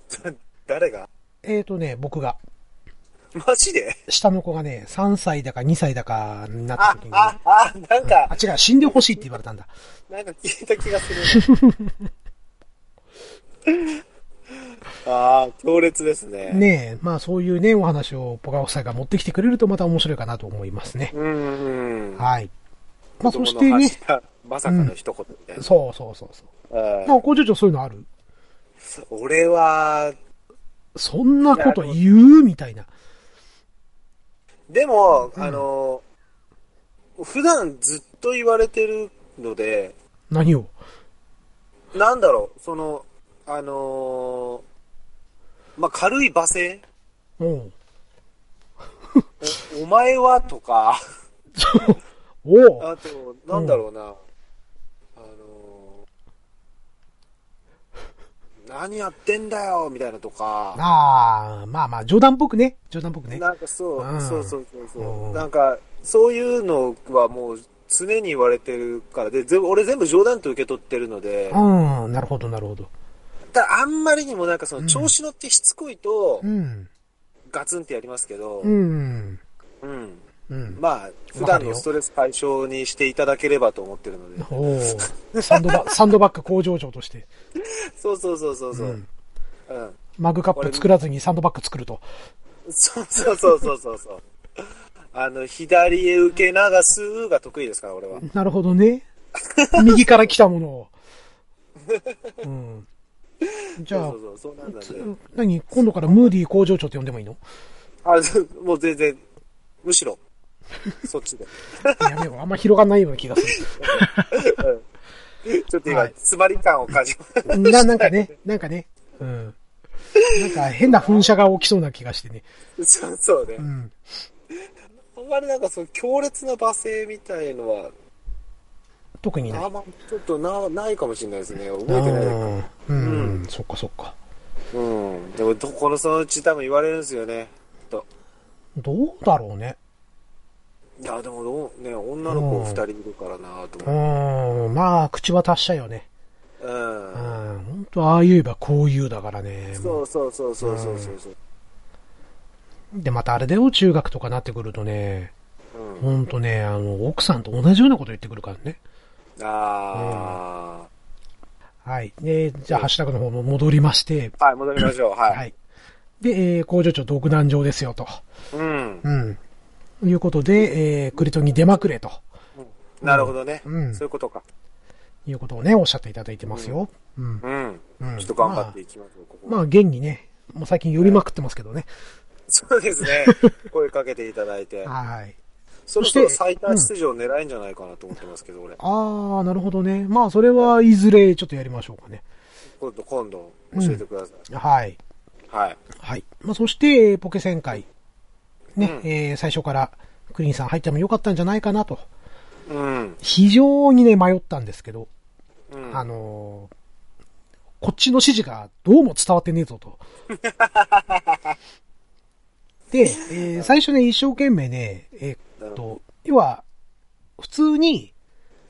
誰が
えっ、とね、僕が、
マジで
下の子がね、3歳だか2歳だかになった
あ
時に、、ね、
あ、あ、なん
あ、
か、
違う、死んでほしいって言われたんだ。
なんか聞いた気がす る。ああ、強烈ですね。
ねえ、まあそういうね、お話をポカ夫妻が持ってきてくれるとまた面白いかなと思いますね。
うんうん。
はい。まあそして
子供の
ね
発、したまさかの一言みたいな。
そうそうそうそう。
うん
なんか工場長そういうのある
俺は、
そんなこと言うみたいな。
でも、あの、普段ずっと言われてるので、
何を
なんだろう、その、あのーまあ、軽い罵声
おう。
おお前はとか、
そうおう。
あと、なんだろうな、あのー何やってんだよみたいなとか、
ああ、まあまあ、冗談っぽくね。冗談っぽくね。
なんかそう、
うん
そうそうそうそう、
うん
なんか、そういうのはもう常に言われてるから、で、全部、俺全部冗談と受け取ってるので、
うん、なるほど、なるほど。
ただあんまりにもなんかその調子乗ってしつこいと
う、ん。
ガツンってやりますけど、
うん。
うん
うん。
まあ、普段のストレス解消にしていただければと思ってるので。
おう。サンドバ、サンドバッグ工場長として、
そうそうそうそうそう。うん。
マグカップ作らずにサンドバッグ作ると。
そうそうそうそうそうそう。あの、左へ受け流すが得意ですから、俺は。
なるほどね。右から来たものを。うん。じゃあ
そう、そうそう、そうなんだね。
つ何今度からムーディー工場長って呼んでもいいの
あ、そうもう全然、むしろ、そっちで。
やめよう。あんま広がんないような気がす
ちょっと今、
はい
詰まり感を感じます。
る。な、なんかね、なんかね。うん。なんか変な噴射が起きそうな気がしてね。
そうそうね。
うん。
あんまりなんかその強烈な罵声みたいのは、
特にな
あ
い。
んまちょっとなないかもしれないですね。
う
覚えてない。
ん。うん。そっかそっか。
うん。でも、どこのそのうち多分言われるんですよね。と。
どうだろうね。
いや、でもどう、ね、女の子二人いるからなと
う
思
ん。まあ、口は達者よね。
う。う。
うんん。本当ああ言えばこう言うだからね。
そうそうそうそうそうそうそう。
で、またあれだよ、中学とかなってくるとね、
うん。
ほんとね、あの、奥さんと同じようなこと言ってくるからね。
あ
はい。で、じゃあ、ハッシュタグの方も戻りまして、
ー。はい、戻りましょう。はい。
はい。で、えー、工場長独壇場ですよ、と。
うん。
うん。いうことで、えー、クリトンに出まくれ、と
なるほどね。
うん
そういうことか。
いうことをね、おっしゃっていただいてますよ。うん。
うん。
うん
ちょっと頑張っていきましょう、ここ。
まあ、現にね、もう最近寄りまくってますけどね。
そうですね。 声かけていただいて。
はい。
そろ
し
そ
て
ろ最多出場狙えんじゃないかなと思ってますけど、俺。
あー、なるほどね。まあ、それはいずれちょっとやりましょうかね。
今度、今度、教えてください。
はい。
はい。
はい。まあ、そして、えーポケ旋回。ね、
うん
えー最初からクリーンさん入ってもよかったんじゃないかなと。
うん。
非常にね、迷ったんですけど、
うん。
あのーこっちの指示がどうも伝わってねえぞ と。で、えー最初ね、一生懸命ね、えーっと、要は、普通に、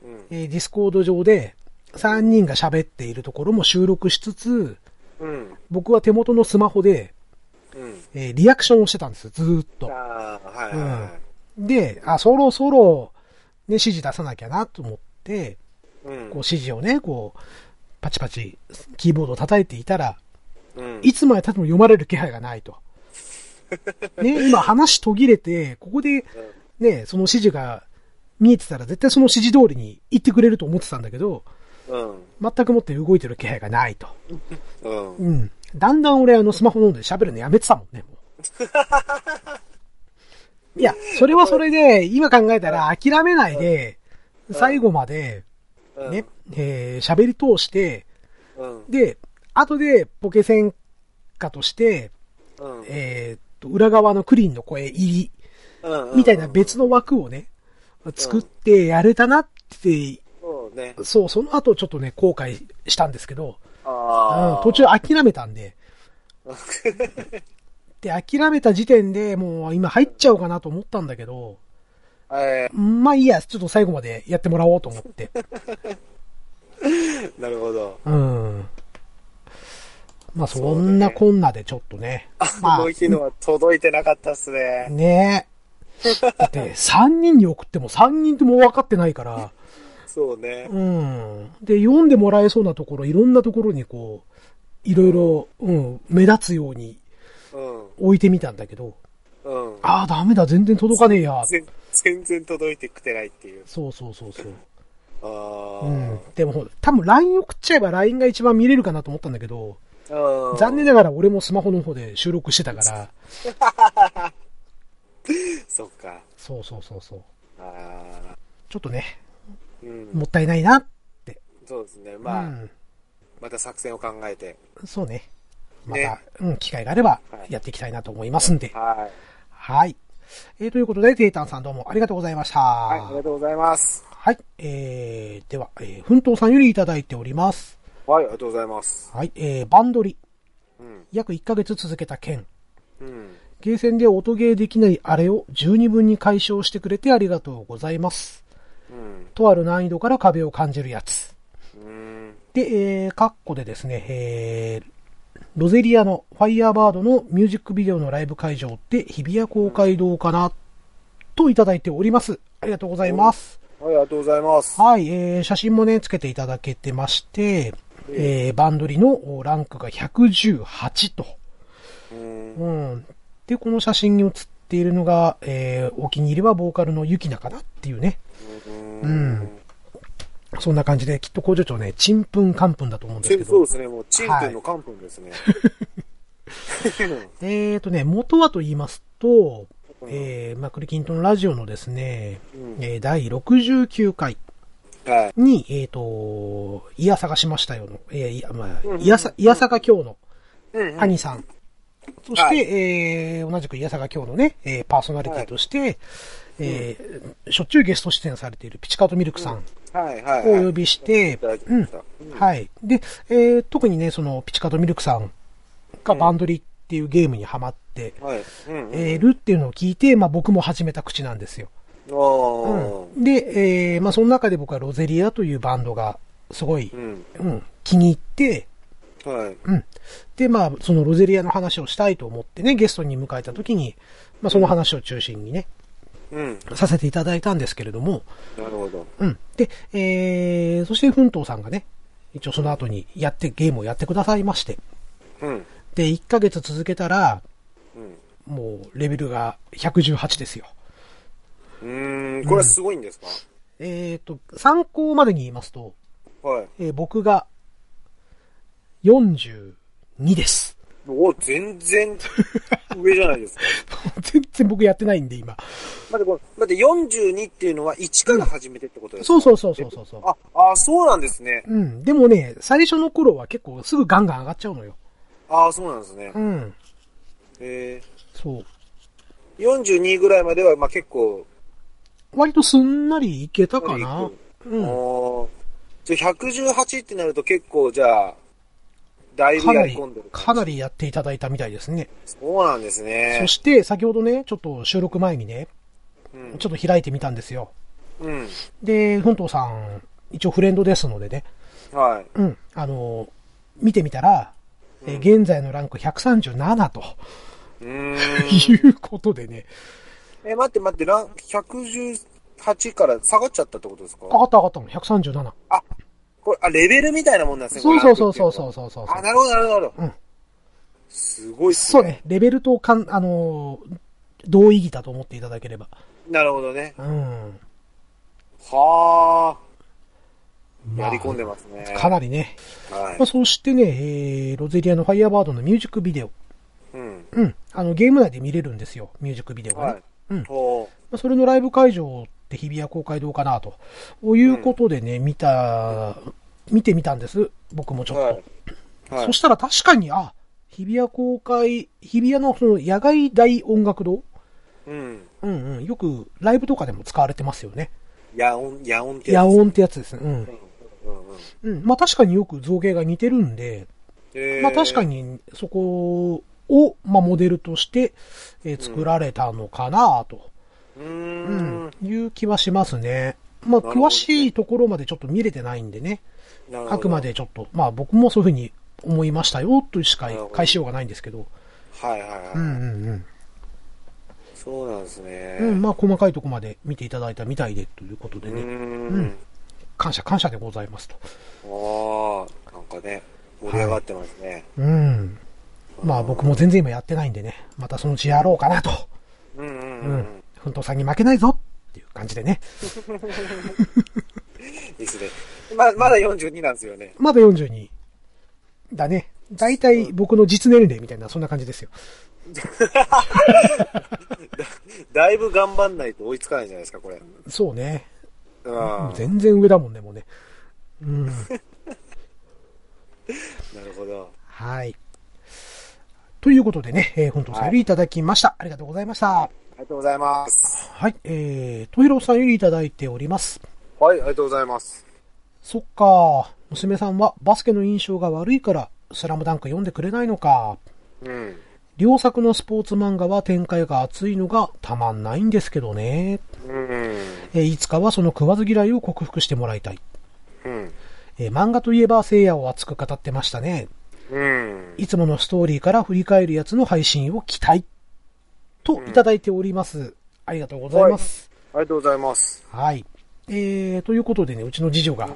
うん。
えーディスコード上で3人が喋っているところも収録しつつ、
うん。
僕は手元のスマホで、
うん。
えーリアクションをしてたんですよ、ずーっと。
ああ、はいはいはい。
で、あ、そろそろ、ね、指示出さなきゃなと思って、
うん
こう指示をね、こう、パチパチ、キーボードを叩いていたら、
うん
いつまで経っても読まれる気配がないと。ね、今話途切れて、ここで、ね、その指示が見えてたら絶対その指示通りに行ってくれると思ってたんだけど、
うん。
全くもって動いてる気配がないと。
うん。
うん。だんだん俺あのスマホの方で喋るのやめてたもんね、も う。いや、それはそれで、今考えたら諦めないで、最後まで、
うん。
ね、えー喋り通して、
うん。
で、後でポケ戦果として、
うん。
えーっと、裏側のクリーンの声入り、
うん。
みたいな別の枠をね、作ってやれたなって、
そうね。
そう、その後ちょっとね、後悔したんですけど、
あ
うん
あ。
途中諦めたんで。で、諦めた時点でもう今入っちゃおうかなと思ったんだけど、
え
まあいいや、ちょっと最後までやってもらおうと思って。
ー、なるほど。
うん。まあそんなこんなでちょっとね。ま
動いてるのは届いてなかったっす
あ、
ね。
ねえ。だって、3人に送っても3人とも分かってないから、
そうね。
うん。で、読んでもらえそうなところ、いろんなところにこう、いろいろ、うん、目立つように
うん。
置いてみたんだけど、
うん。
ああ、ダメだ、全然届かねえや。
全全然届いてくてないっていう。
そうそうそうそう。
あ
うん。でもほら、多分 LINE 送っちゃえば LINE が一番見れるかなと思ったんだけど、
あ。
残念
だ。
ながら俺もスマホの方で収録してたから、
そっか。
そうそうそうそう。
ああ。
ちょっとね、
うん。
もったいないなって。
そうですね。まあ、
うん。
また作戦を考えて。
そうね。また、
ね
うん、機会があれば
はい
やっていきたいなと思いますんで。
はい。
はい。えー、ということで、テイタンさんどうもありがとうございました。
はい、ありがとうございます。
はい。えー、では、えー、奮闘さんよりいただいております。
はい、ありがとうございます。
はい。えー、バンドリ。
うん。
約1ヶ月続けた件。
うん。
ゲーセンで音ゲーできないあれを十二分に解消してくれてありがとうございます。
うん。
とある難易度から壁を感じるやつ。
うん。
で、えー、カッコでですね、えー、ロゼリアのファイヤーバードのミュージックビデオのライブ会場って日比谷公会堂かな、といただいております。ありがとうございます。
はい、ありがとうございます。
はい、えー、写真もね、つけていただけてまして、えー、バンドリのランクが118と。
うん。
うん。で、この写真に写っているのが、えー、お気に入りはボーカルのユキナかなっていうね。
うん。
そんな感じで、きっと工場長ね、ちんぷんかんぷんだと思うんですけ
そう
ど
で。すね。もう、チン君のカン君ですね。
えーとね、元はと言いますと、
うん
えー、まあ、クリキントンラジオのですね、
うん
えー第69回
はい。
に、えーと、いやさがしましたよの、えー、いや、ま
うん
あ
う、ん
いやさ、いやさが今日の、
うんうん
ハニさん。そして、
はい
えー同じく、矢坂京のね、えーパーソナリティとして、えーしょっちゅうゲスト出演されているピチカートミルクさんを
はい、はい。
お呼びして、
はいいた
う
だ
ん
きました。
はい。で、えー特にね、その、ピチカートミルクさんがバンドリっていうゲームにハマって、
はい。うん。
えーるっていうのを聞いて、まあ僕も始めた口なんですよ。
おー。
で、えーまあその中で僕はロゼリアというバンドがすごい、
うん。
うん、気に入って、
はい。
うん。で、まあ、そのロゼリアの話をしたいと思ってね、ゲストに迎えた時に、まあ、その話を中心にね、
うん。
させていただいたんですけれども、
なるほど。
うん。で、えー、そして、奮闘さんがね、一応その後にやって、ゲームをやってくださいまして、
うん。
で、1ヶ月続けたら、
うん。
もう、レベルが118ですよ。
うーん、これはすごいんですか、
えーと、参考までに言いますと、
はい。
えー僕が、42です。
お、全然、上じゃないですか。
全然僕やってないんで、今。
待って、これ、待って、42っていうのは1から始めてってことですか、
そうそうそうそうそうそう。
あ、あ、そうなんですね。
うん。でもね、最初の頃は結構すぐガンガン上がっちゃうのよ。
あ、そうなんですね
う。ん。
え
そう。
ー、42ぐらいまでは、まあ、結構、
割とすんなりいけたかな
こ。
う
れいく
ん。
おーじゃあ118ってなると結構、じゃあ、だいぶ
か
や
な
り
り
込んでる、
かな
り。
りやっていただいたみたいですね。
そうなんですね
そ。して、先ほどね、ちょっと収録前にね、
うん
ち。ょっと開いてみたんですよ。
うん。
で、ふんとうさん、一応フレンドですのでね、
はい。
うん。あの、見てみたら、えー現在のランク137と
うーん。
いうことでね、
え、待って待って、ラン、118から下がっちゃったってことですか
上がった上がったもん、137。
あ、これ、あ、レベルみたいなもんなんですね。
そうそうそうそう
う。
そうそうそう。
あ、なるほど、なるほど。
うん
すごいっす
そうね、レベルとかん、あのー同意義だと思っていただければ。
なるほどね。
うん。
はあ。
まあ
やり込んでますね。
かなりね。
はい
まあ、。そしてね、えー、ロゼリアのファイヤーバードのミュージックビデオ。
うん。
うん。あの、ゲーム内で見れるんですよ、ミュージックビデオがね。
はい。
うん
ほ
まあ、それのライブ会場って日比谷公会堂かなと。いうことでね、見た、見てみたんです。僕もちょ
う。
っと。
はい。はい
そしたら確かに、あ、日比谷公会、日比谷のその野外大音楽堂
うん。
うんうん。よくライブとかでも使われてますよね。
野音、野音ってやつ
野音ってやつですね。うん。
うんうん
うん。まあ確かによく造形が似てるんで、
えー
まあ確か。にそこを、まあモデルとして、えー作られたのかなと、
う
う
ーん
ん。、いう気はしますね。まあ
なるほどね
詳しいところまでちょっと見れてないんでね。
なるほど
あくま。でちょっと、まあ僕もそういうふうに思いましたよとしか
なるほど
返しようがないんですけど。
はいはいはい。
うんうんうん。
そうなんですね。
うん、まあ細かいとこまで見ていただいたみたいでということで
う
ね、
ーん。
感謝感謝でございますと。
ああ、なんかね、盛り上がってますね。
うん。まあ僕も全然今やってないんでね、またそのうちやろうかなと。
うんうん
う
うんん。。
奮闘さんに負けないぞっていう感じでね。
いいですね。ま、まだ42なんですよね。
まだ42だね。だいたい僕の実年齢みたいな、そんな感じですよ。
だいぶ頑張んないと追いつかないじゃないですか、これ。
そうね。
ああ、
全然上だもんね、もうね。うん。
なるほど。
はい。ということでね、えー、奮闘さんよりいただきました。ありがとうございました。
ありがとうございます。
はい。えー、とひろさんよりいただいております。
はい、ありがとうございます。
そっか。娘さんはバスケの印象が悪いから、スラムダンク読んでくれないのか。
うん。
両作のスポーツ漫画は展開が熱いのがたまんないんですけどね。
うん。
えーいつかはその食わず嫌いを克服してもらいたい。
うん。
えー漫画といえば聖夜を熱く語ってましたね。
うん。
いつものストーリーから振り返るやつの配信を期待。といただいております。ありがとうございます。
ありがとうございます。
はい。えー、ということでね、うちの次女が、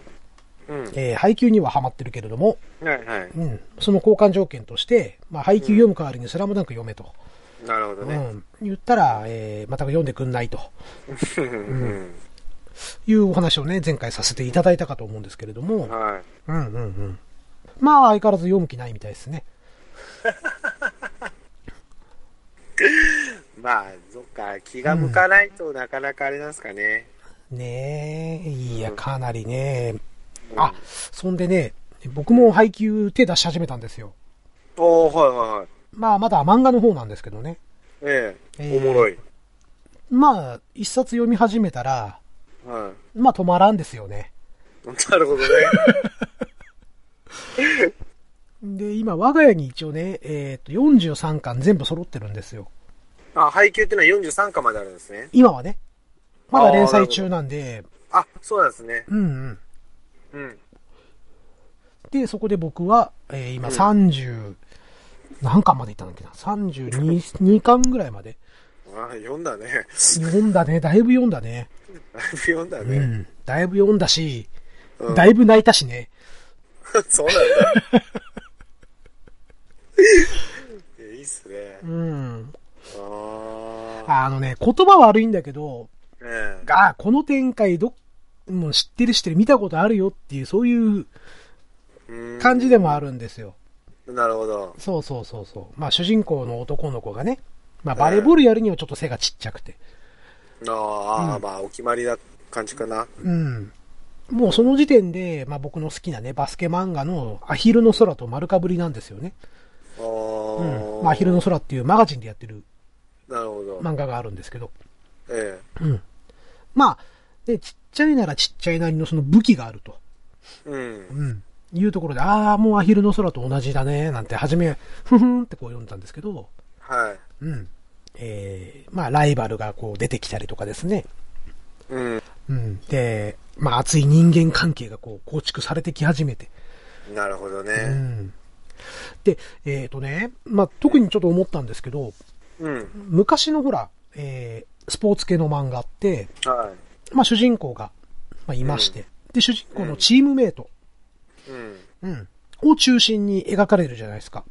うん。
えー配給にはハマってるけれども、
はいはい。
うん、その交換条件として、まあ、配給読む代わりにスラムダンク読めと。
なるほど
う
ね。
ん。言ったら、えー、また読んでくんないと
うん。
いうお話をね、前回させていただいたかと思うんですけれども、
は
うんうんうん。まあ、相変わらず読む気ないみたいですね。
い。まあ、そっか、気が向かないとなかなかあれなんですかね。
ねえ、いや、かなりね。
うん
あ、そんでね、僕も配給手出し始めたんですよ。
おー、はいはいはい。
まあ、まだ漫画の方なんですけどね。
え
えー
え。おもろい。
まあ、一冊読み始めたら、
はい。
まあ、止まらんですよね。
なるほどね。
で、今、我が家に一応ね、えっと、43巻全部揃ってるんですよ。
あ、配給ってのは43巻まであるんですね。
今はね。まだ連載中なんで、
あ、そうなんですね。
うんうん。
うん。
で、そこで僕は、えー今30、何巻までいったんだっけな ?32 2巻ぐらいまで。
あ、読んだね。
読んだね。だいぶ読んだね。
だいぶ読んだ
う
ね。
ん。だいぶ読んだし、
うん
だいぶ泣いたしね。
そうなんだ。いやいいっすね。
うん。
ああ。
あのね、言葉悪いんだけど、
ええ
あこの展開ど、もう知ってる知ってる見たことあるよっていう、そういう
うん
感じでもあるんですよ。
なるほど。
そうそうそうそう。まあ主人公の男の子がね、まあバレーボールやるにはちょっと背がちっちゃくて。
ああ、まあ、お決まりな感じかな。
うん。もうその時点で、まあ僕の好きなね、バスケ漫画のアヒルの空と丸かぶりなんですよね。
あ
う
ー
ん。まあアヒルの空っていうマガジンでやってる
なるほど。
漫画があるんですけど。
え
まあ、で、ちっちゃいならちっちゃいなりのその武器があると。
え。うん。
うん。いうところで、ああ、もうアヒルの空と同じだね、なんて、初め、ふふんってこう読んだんですけど、
はい。
うん。えー、まあ、ライバルがこう出てきたりとかですね。
うん。
うん。で、まあ、熱い人間関係がこう、構築されてき始めて。
なるほど
う
ね。
ん。で、えっ、とね、まあ、特にちょっと思ったんですけど、
うん。
昔のほら、えー、スポーツ系の漫画って、
は
まあ、主人公が、まあ、いまして、で、主人公のチームメイト、
い。うん。
うん。を中心に描かれるじゃないですか。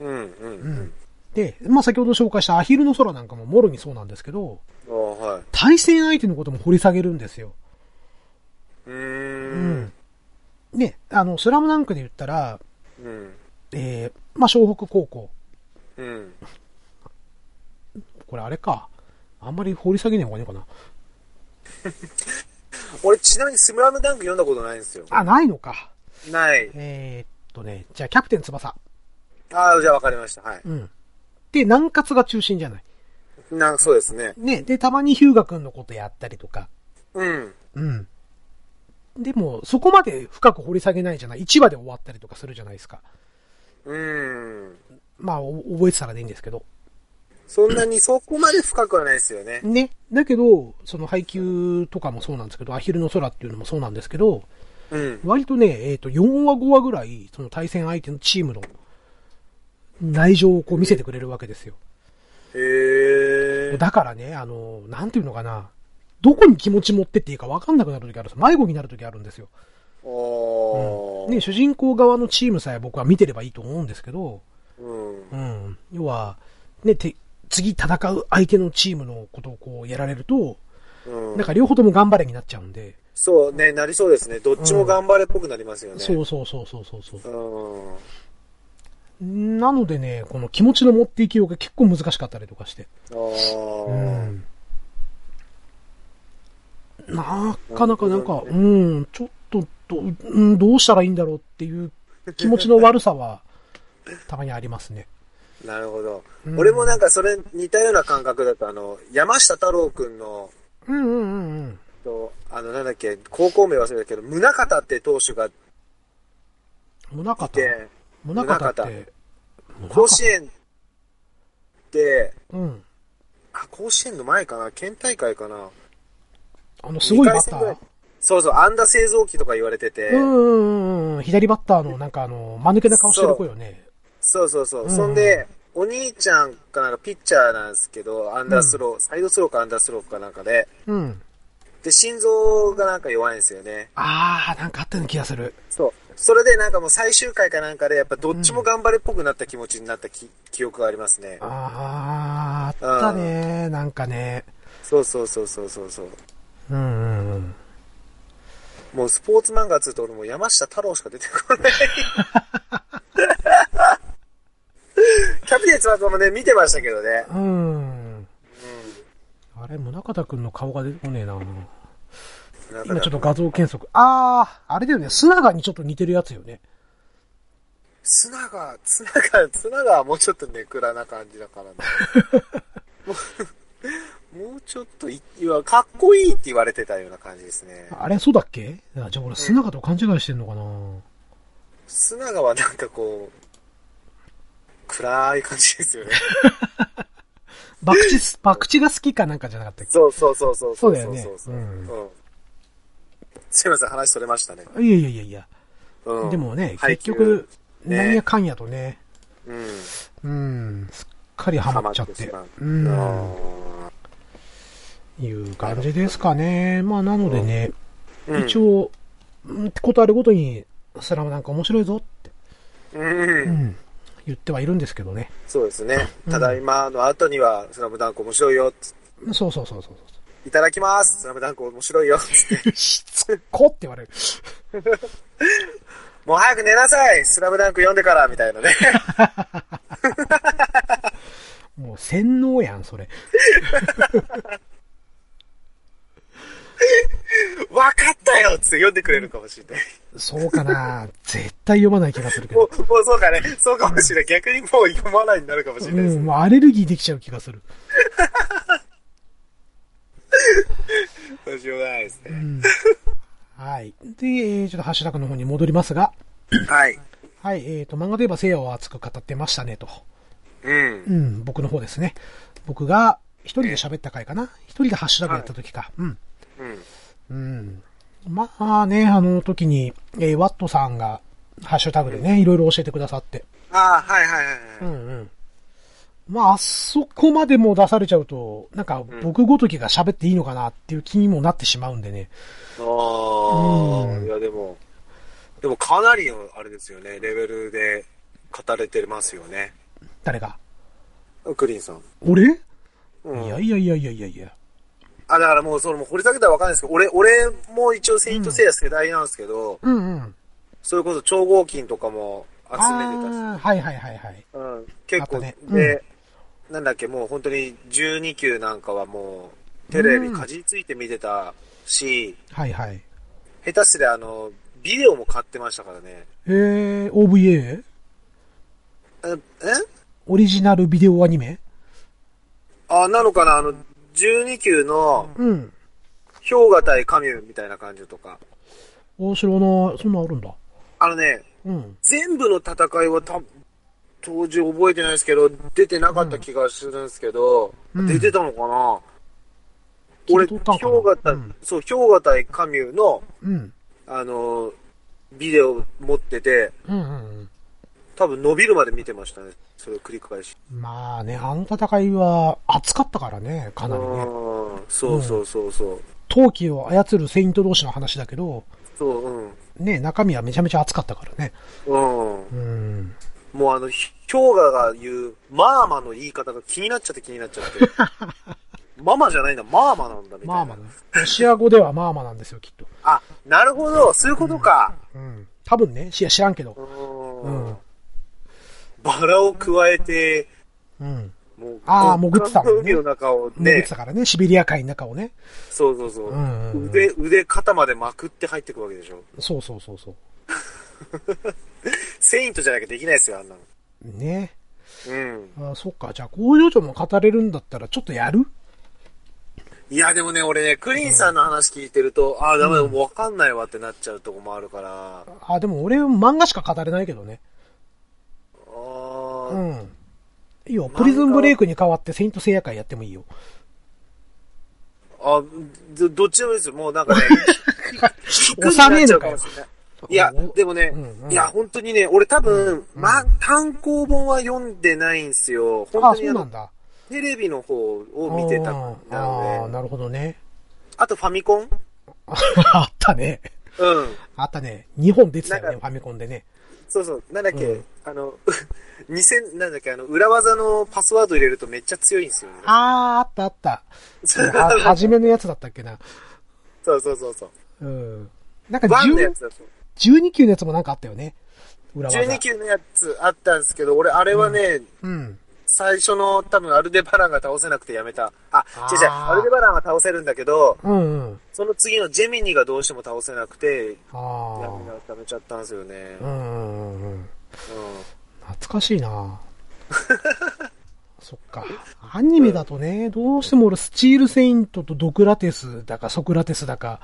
うんうん
で、まあ、先ほど紹介したアヒルの空なんかももろにそうなんですけど、
うん。ああ、はい。
対戦相手のことも掘り下げるんですよ。
うーん。
ね、あの、スラムダンクで言ったら、
うん。
えー、まあ、湘北高校。
うん。
これあれか。あんまり掘り下げない方がいいのかな。
俺、ちなみにスラムダンク読んだことないんですよ。
あ、ないのか。
ない。
えー、っとね、じゃあ、キャプテン翼。
ああ、じゃあ分かりました。はい。
うん。で、南葛が中心じゃない。
なんそうですね。
ね、で、たまにヒューガ君のことやったりとか。
うん。
うん。でも、そこまで深く掘り下げないじゃない。1話で終わったりとかするじゃないですか。
うん。
まあ、お覚えてたらでいいんですけど。
そんなにそこまで深くはないですよね。
ね。だけど、その配給とかもそうなんですけど、アヒルの空っていうのもそうなんですけど、
うん。
割とね、えっ、と、4話5話ぐらい、その対戦相手のチームの内情をこう見せてくれるわけですよ。
へえ。
だからね、あの、なんていうのかな、どこに気持ち持ってっていいか分かんなくなる時あるんですよ。迷子になる時あるんですよ。
おー。
ね、主人公側のチームさえ僕は見てればいいと思うんですけど、
うん。
うん。要は、ね、て次戦う相手のチームのことをこうやられると、
うん
なんか両方とも頑張れになっちゃうんで、
そうね、なりそうですね。どっちも頑張れっぽくなりますよね。
そうそうそうそうそうそう。
うん。
なのでね、この気持ちの持っていきようが結構難しかったりとかして。
あー
うん。なかなかなんか、
なるほどね
うん、ちょっとど、うん、どうしたらいいんだろうっていう気持ちの悪さは、たまにありますね。
なるほど、
うん
俺もなんかそれ似たような感覚だと、あの、山下太郎くんの、
うんうんうんうん。
とあの、なんだっけ、高校名忘れたけど、宗方って投手がい
宗方。
て、
宗方って。
甲子園で、
うん。
あ、甲子園の前かな県大会かな
あの、すごいバッ
二
タ
回戦ぐら
ー
い。そうそう、安打製造機とか言われてて、
うんうんうんうん。左バッターの、なんかあの、間抜けな顔してる子よね。
そうそうそう。
うん
そんで、お兄ちゃんかなんかピッチャーなんですけど、アンダースロー、サイドスローかアンダースローかなんかで、
うん。
で、心臓がなんか弱いんですよね。
あー、なんかあったような気がする。
そう。それでなんかもう最終回かなんかで、やっぱどっちも頑張れっぽくなった気持ちになったき、記憶がありますね。
あー、あったねなんかね。
そうそうそうそうそうそう。
うんうんうん。
もうスポーツ漫画っつうと俺もう山下太郎しか出て こない。キャプテン翼もね、見てましたけどね。
うーん。あれ、宗像くんの顔が出てこねえな
なんか
今ちょっと画像検索。あー、あれだよね。砂川にちょっと似てるやつよね。
砂が、砂が、砂がもうちょっとネクラな感じだから ね。もうもうちょっとい、いわかっこいいって言われてたような感じですね。
あれ、そうだっけあじゃあ俺、砂川と勘違いしてんのかな
砂川はなんかこう、暗い感じで すよね。
バクチ、 バクチが好きかなんかじゃなかったっ
そうそうそうそう
そうだよね
そうそう
う
そう
ん
うんすいません、話それましたね。
けいやいやいやいや。
うん、
でもね、
配
結
給
局、
ね
なんやかんやとね、
うん、
うん、すっかりハマっちゃって。
ハマってし
う、
まうん
いう感じですかね。まあ、なのでね、
うん
一応、うんってことあるごとに、スラムなんか面白いぞって、
うん
う、ん、言ってはいるんですけどね。
そうですね。ただいまの後には、スラムダンク面白いよ、つ
そうそうそうそう
いただきますスラムダンク面白 いよ、つって
そう。しつこって言われる。
もう早く寝なさいスラムダンク読んでからみた いなね。
もう洗脳やん、それ。
わかったよつって読んでくれるかもしれない。
そうかな絶対読まない気がするけ
も
ど。
う、もうそうかね。そうかもしれない。逆にもう読まないになるかもしれないで
う
す
ん、
ね。
もうアレルギーできちゃう気がする。
どうしようがないですね。
はい。で、えーちょっとハッシュタグの方に戻りますが、
はい。
はい、えーと、漫画で言えば聖夜を熱く語ってましたね、と。
うん。
うん、僕の方ですね。僕が、一人で喋った回かな一人でハッシュタグやった時か。うん。
うん。
うん。まあね、あの時に、えーワットさんが、ハッシュタグでね、いろいろ教えてくださって。
ああ、はいはいはいは
う
い。
んうん。まあ、あそこまでもう出されちゃうと、なんか僕ごときが喋っていいのかなっていう気にもなってしまうんでね。
あ
う
あ、
ん
いやでも、でもかなりのあれですよね、レベルで語れてますよね。
誰が
クリーンさん。
俺、
うん
いやいやいやいやいやいや。
あ、だからもう、それもう掘り下げたらわかんないですけど、俺、俺も一応セイントセイヤ世代なんですけど、
うんうん。
それこそ超合金とかも集めてたし、
あーはいはいはいはい。
うん、結
あと
構、
ね
で、なんだっけ、もう本当に12級なんかはもう、テレビかじりついて見てたし、
はいはい。
下手すりゃあの、ビデオも買ってましたからね。
えー、OVA?
ええ
オリジナルビデオアニメ
あ、なのかなあの、12級の、
うん。
氷河対カミュみたいな感じとか。
大城の、そんなんあるんだ。
あのね、
うん。
全部の戦いはた当時覚えてないですけど、出てなかった気がするんですけど、
うん
出てたのかな、
聞
俺、
いとったん
氷
かな
河対、
うん
そう、氷河対カミュの、
うん。
あのービデオ持ってて、
うんうん
多分伸びるまで見てましたね。それを繰り返し。
うん。まあね、あの戦いは熱かったからね、か
う
なりね。
ん。そうそうそうそう。
陶器を操るセイント同士の話だけど、
そう、うん。
ね、中身はめちゃめちゃ熱かったからね。
うん。
うん。
もうあの、ひ氷河が言う、マーマの言い方が気になっちゃって気になっちゃって。 ママじゃないんだ、マーマなんだ、みたいな。
まあまあね。ロシア語ではまあまあなんですよ、きっと。
あ、なるほど、そういうことか。
うん。多分ね、し知らんけど
う。
うん
ん。。バラを加えて、
うん。
もう、
あー
極
潜ってた
寒
もんね
の海の中を
ね、
ね
って、たからね、シベリア海の中をね。
そうそうそう。
うんうんうん
腕、腕、肩までまくって入ってくわけでしょ。
そうそうそうそう。
セイントじゃなきゃできないですよ、あんなの。
ね。
うん。
あそっか。じゃあ、工場長も語れるんだったら、ちょっとやる
いや、でもね、俺ね、クリーンさんの話聞いてると、ああ、ダメだ、もうわかんないわってなっちゃうとこもあるから、あ
あ、でも俺、漫画しか語れないけどね。
ー
うん。いいよ。
画は
プリズンブレイクに代わって、セイント聖夜会やってもいいよ。
あ、どどっちでもいいですよ。もうな んかね、
収めんのかよ
聞くになっちゃうもしれない。いや
お、
でもね、
うんうん
いや、本当にね、俺多分、ま、単行本は読んでないんですよ。
あ、
本当
そ
に
う
あ
な
の
ん、だ。
テレビの方を見てた
あ
の
ーあー、
で、
なるほどね。
あとファミコン
ああったね。
うん。
あったね。2本出てたよね、
な
フ
ん
ァミコンでね。
そうそう、なんだっけ、
うん
あの、2000、なんだっけ、あの、裏技のパスワード入れるとめっちゃ強いんですよね。
あー、あったあ った。
そう
は、初めのやつだったっけな。
そうそうそうそう。
うん。なんか
ワンのや
10
つだと。
12級のやつもなんかあったよね。裏技。
12級のやつあったんですけど、俺あれはね、
うん。
最初の多分アルデバランが倒せなくてやめた。あ、違う違う。
あー
アルデバランは倒せるんだけど、
うんうん。
その次のジェミニがどうしても倒せなくて、
あ
や
ー
めなやめちゃったんですよね。
う
うん。
んうんうん。懐かしいな そっか。アニメだとね、どうしても俺、スチールセイントとドクラテスだか、ソクラテスだか、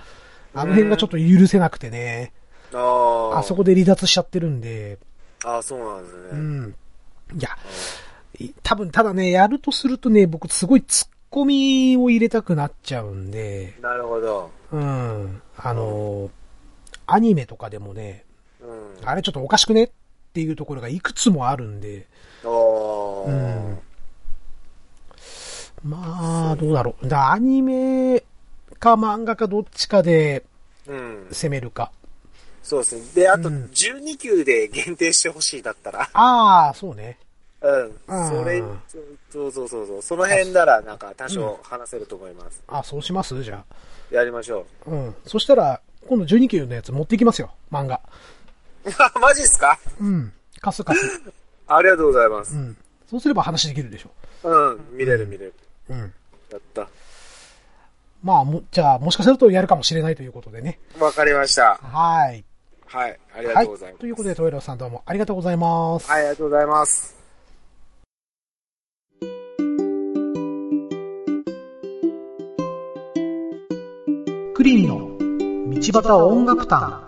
あの辺がちょっと許せなくてね、
ああ。
あそこ。で離脱しちゃってるんで、
ああ、そうなんです
う
ね。
ん。いや、い多分ただね、やるとするとね、僕すごい突っ込みを入れたくなっちゃうんで、
なるほど。
うん。あのー、アニメとかでもね、
うん。
あれちょっとおかしくねっていうところがいくつもあるんで、
おー。
うんまあ、どうだろう。だアニメか漫画かどっちかで
うん。
攻めるか。
そうですね。で、あと
うん
12級で限定してほしいだったら。
ああ、そうね。
うん。
あー
それ、そうそうそうそう。その辺なら、なんか多少話せると思います。
あそうしますじゃ
やりましょう。
あ。うん。そしたら、今度12級のやつ持ってきますよ。漫画。
マジっすか
うん。カスカス。
ありがとうございます
う。ん。そうすれば話できるでしょ。
うん、見れる見れる。
うん。
やった。
まあ、も、じゃあ、もしかするとやるかもしれないということでね。
わかりました。
はーい。
はい、ありが
は
と
いう
ござい。ます。
ということで、トイロさんどうもありがとうございます。
はい、ありがとうございます。
クリーンの道端音楽壇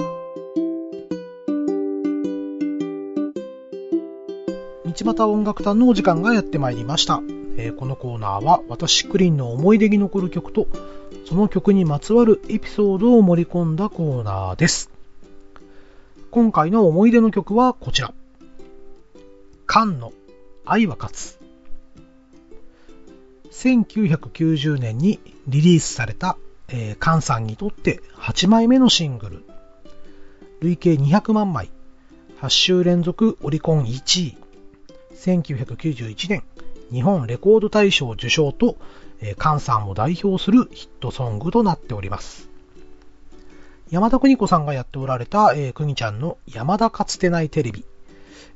道端音楽壇のお時間がやってまいりました、えーこのコーナーは私クリーンの思い出に残る曲とその曲にまつわるエピソードを盛り込んだコーナーです今回の思い出の曲はこちらカンの愛は勝つ1990年にリリースされたえーカンさんにとって8枚目のシングル累計200万枚8週連続オリコン1位1991年、日本レコード大賞受賞と、えー、菅さんを代表するヒットソングとなっております。山田邦子さんがやっておられた、えー、くにちゃんの山田かつてないテレビ。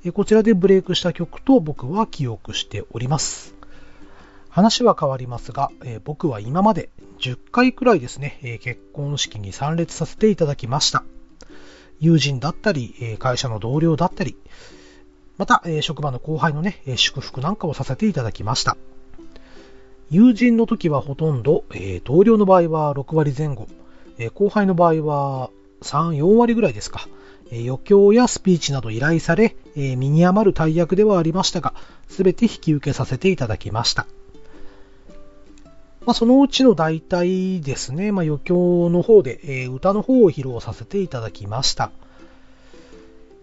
えー、こちらでブレイクした曲と僕は記憶しております。話は変わりますが、えー、僕は今まで10回くらいですね、えー、結婚式に参列させていただきました。友人だったり、えー、会社の同僚だったり、また、え職場の後輩のね、え祝福なんかをさせていただきました。友人の時はほとんど、え同僚の場合は6割前後、え後輩の場合は3、4割ぐらいですか。え余興やスピーチなど依頼され、え身に余る大役ではありましたが、すべて引き受けさせていただきました。まあ、そのうちの大体ですね、まあ、余興の方で、えー、歌の方を披露させていただきました。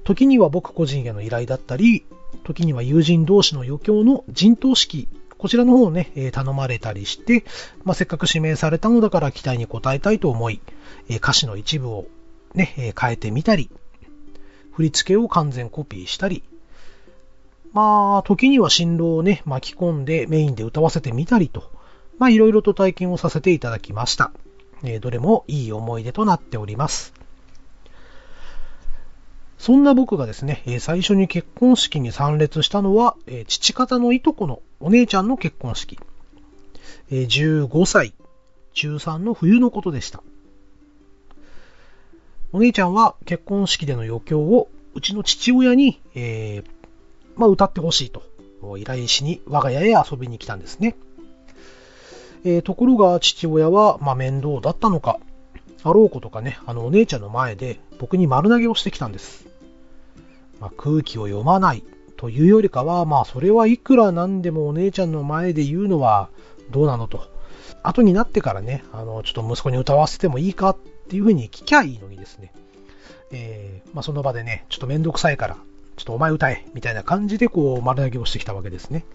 時には僕個人への依頼だったり、時には友人同士の余興の陣頭指揮、こちらの方をね、えー、頼まれたりして、まあ、せっかく指名されたのだから期待に応えたいと思い、えー、歌詞の一部をね、え変えてみたり、振り付けを完全コピーしたり、まあ、時には新郎をね、巻き込んでメインで歌わせてみたりと、まあ、いろいろと体験をさせていただきました。えー、どれもいい思い出となっております。そんな僕がですね、えー、最初に結婚式に参列したのは、えー、父方のいとこのお姉ちゃんの結婚式。え15歳、中3の冬のことでした。お姉ちゃんは結婚式での余興をうちの父親に、えまあ、歌ってほしいと依頼しに我が家へ遊びに来たんですね。えー、ところが父親は、まあ、面倒だったのか、あろうことかね、あのお姉ちゃんの前で僕に丸投げをしてきたんです。まあ、空気を読まないというよりかは、まあそれはいくらなんでもお姉ちゃんの前で言うのはどうなのと。後になってからね、あの、ちょっと息子に歌わせてもいいかっていうふうに聞きゃいいのにですね。えー、まあその場でね、ちょっとめんどくさいから、ちょっとお前歌え、みたいな感じでこう丸投げをしてきたわけですね。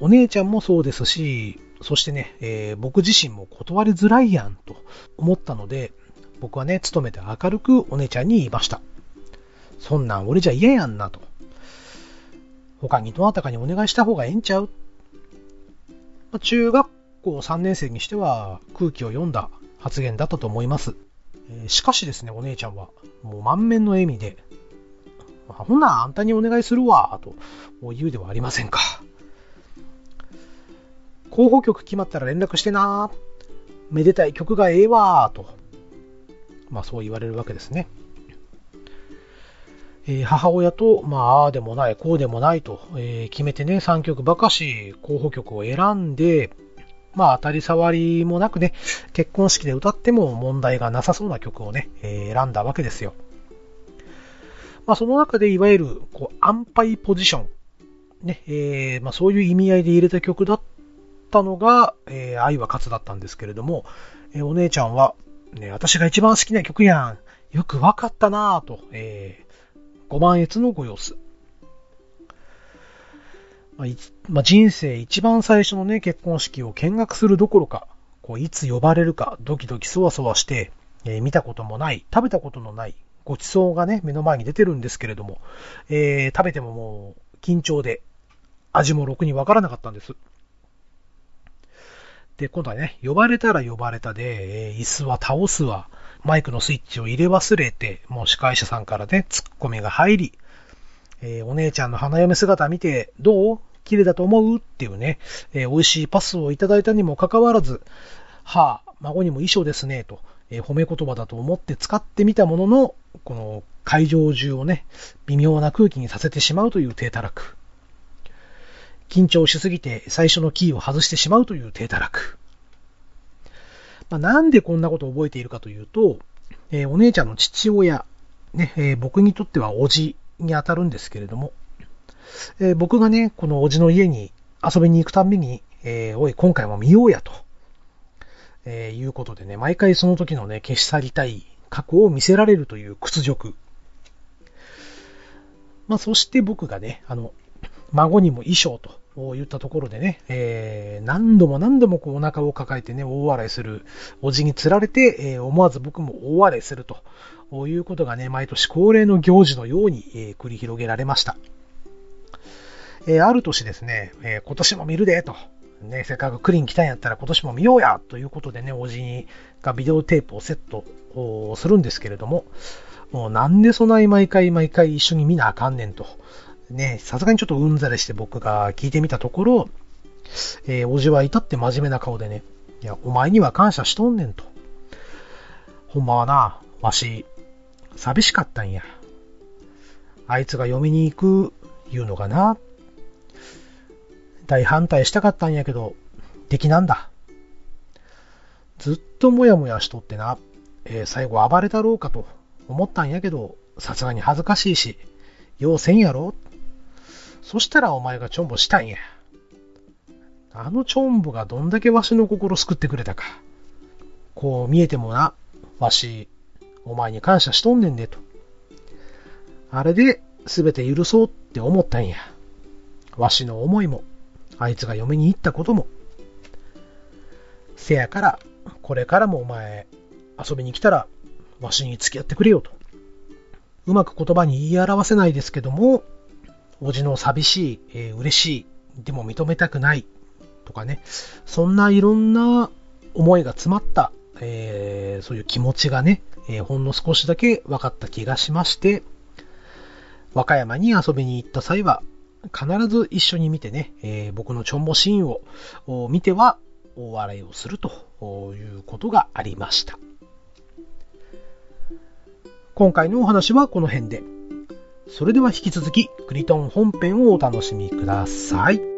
お姉ちゃんもそうですし、そしてね、えー、僕自身も断りづらいやんと思ったので、僕はね、勤めて明るくお姉ちゃんに言いました。そんなん俺じゃ嫌やんなと。他にどなたかにお願いした方がええんちゃう、まあ、中学校3年生にしては空気を読んだ発言だったと思います。えー、しかしですね、お姉ちゃんは、もう満面の笑みで、まあ、ほんならあんたにお願いするわ、と言うではありませんか。候補曲決まったら連絡してなめでたい曲がええわーと。まあそう言われるわけですね。えー、母親と、まあ、ああでもない、こうでもないと、えー、決めてね、3曲ばかし候補曲を選んで、まあ当たり障りもなくね、結婚式で歌っても問題がなさそうな曲をね、えー、選んだわけですよ。まあその中でいわゆる、こう、安牌ポジション。ね、えまあそういう意味合いで入れた曲だったたのが、えー、愛は勝つだったんですけれども、えー、お姉ちゃんは、ね、私が一番好きな曲やん。よくわかったなぁと、えー、ご満悦のご様子。まあ、まあ、人生一番最初のね、結婚式を見学するどころか、こういつ呼ばれるか、ドキドキそわそわして、えー、見たこともない、食べたことのない、ごちそうがね、目の前に出てるんですけれども、え食べてももう緊張で、味もろくにわからなかったんです。で、今度はね、呼ばれたら呼ばれたで、えー、椅子は倒すわ、マイクのスイッチを入れ忘れて、もう司会者さんからね、ツッコミが入り、えー、お姉ちゃんの花嫁姿見て、どう綺麗だと思うっていうね、えー、美味しいパスをいただいたにもかかわらず、はあ、孫にも衣装ですね、と、え褒め言葉だと思って使ってみたものの、この会場中をね、微妙な空気にさせてしまうという低たらく。緊張しすぎて最初のキーを外してしまうという低たらく。まあ、なんでこんなことを覚えているかというと、えー、お姉ちゃんの父親、ねえー、僕にとってはおじにあたるんですけれども、えー、僕がね、このおじの家に遊びに行くために、えおい、今回も見ようやと、えいうことでね、毎回その時のね、消し去りたい過去を見せられるという屈辱。まあ、そして僕がね、あの、孫にも衣装と言ったところでね、えー、何度も何度もこうお腹を抱えてね、大笑いする、おじにつられて、えー、思わず僕も大笑いするということがね、毎年恒例の行事のように、えー、繰り広げられました。えーある年ですね、えー今年も見るで、と。ね、せっかくクリン来たんやったら今年も見ようやということでね、おじがビデオテープをセットおーするんですけれども、もうなんでそない毎回毎回一緒に見なあかんねんと。ね、さすがにちょっとうんざりして僕が聞いてみたところ、えーおじは至って真面目な顔でね、いや、お前には感謝しとんねんと。ほんまはな、わし、寂しかったんや。あいつが嫁に行く、いうのがな、大反対したかったんやけど、できなんだ。ずっともやもやしとってな、えー最後暴れたろうかと思ったんやけど、さすがに恥ずかしいし、ようせんやろ。そしたらお前がチョンボしたんや。あのチョンボがどんだけわしの心救ってくれたか。こう見えてもな、わし、お前に感謝しとんねんでと。あれで全て許そうって思ったんや。わしの思いも、あいつが嫁に行ったことも。せやから、これからもお前、遊びに来たら、わしに付き合ってくれよと。うまく言葉に言い表せないですけども、おじの寂しい、えー嬉しい、でも認めたくない、とかね、そんないろんな思いが詰まった、えーそういう気持ちがね、えーほんの少しだけ分かった気がしまして、和歌山に遊びに行った際は、必ず一緒に見てね、えー僕のちょんぼシーンをお見ては大笑いをするとおいうことがありました。今回のお話はこの辺で。それでは引き続き、クリトン本編をお楽しみください。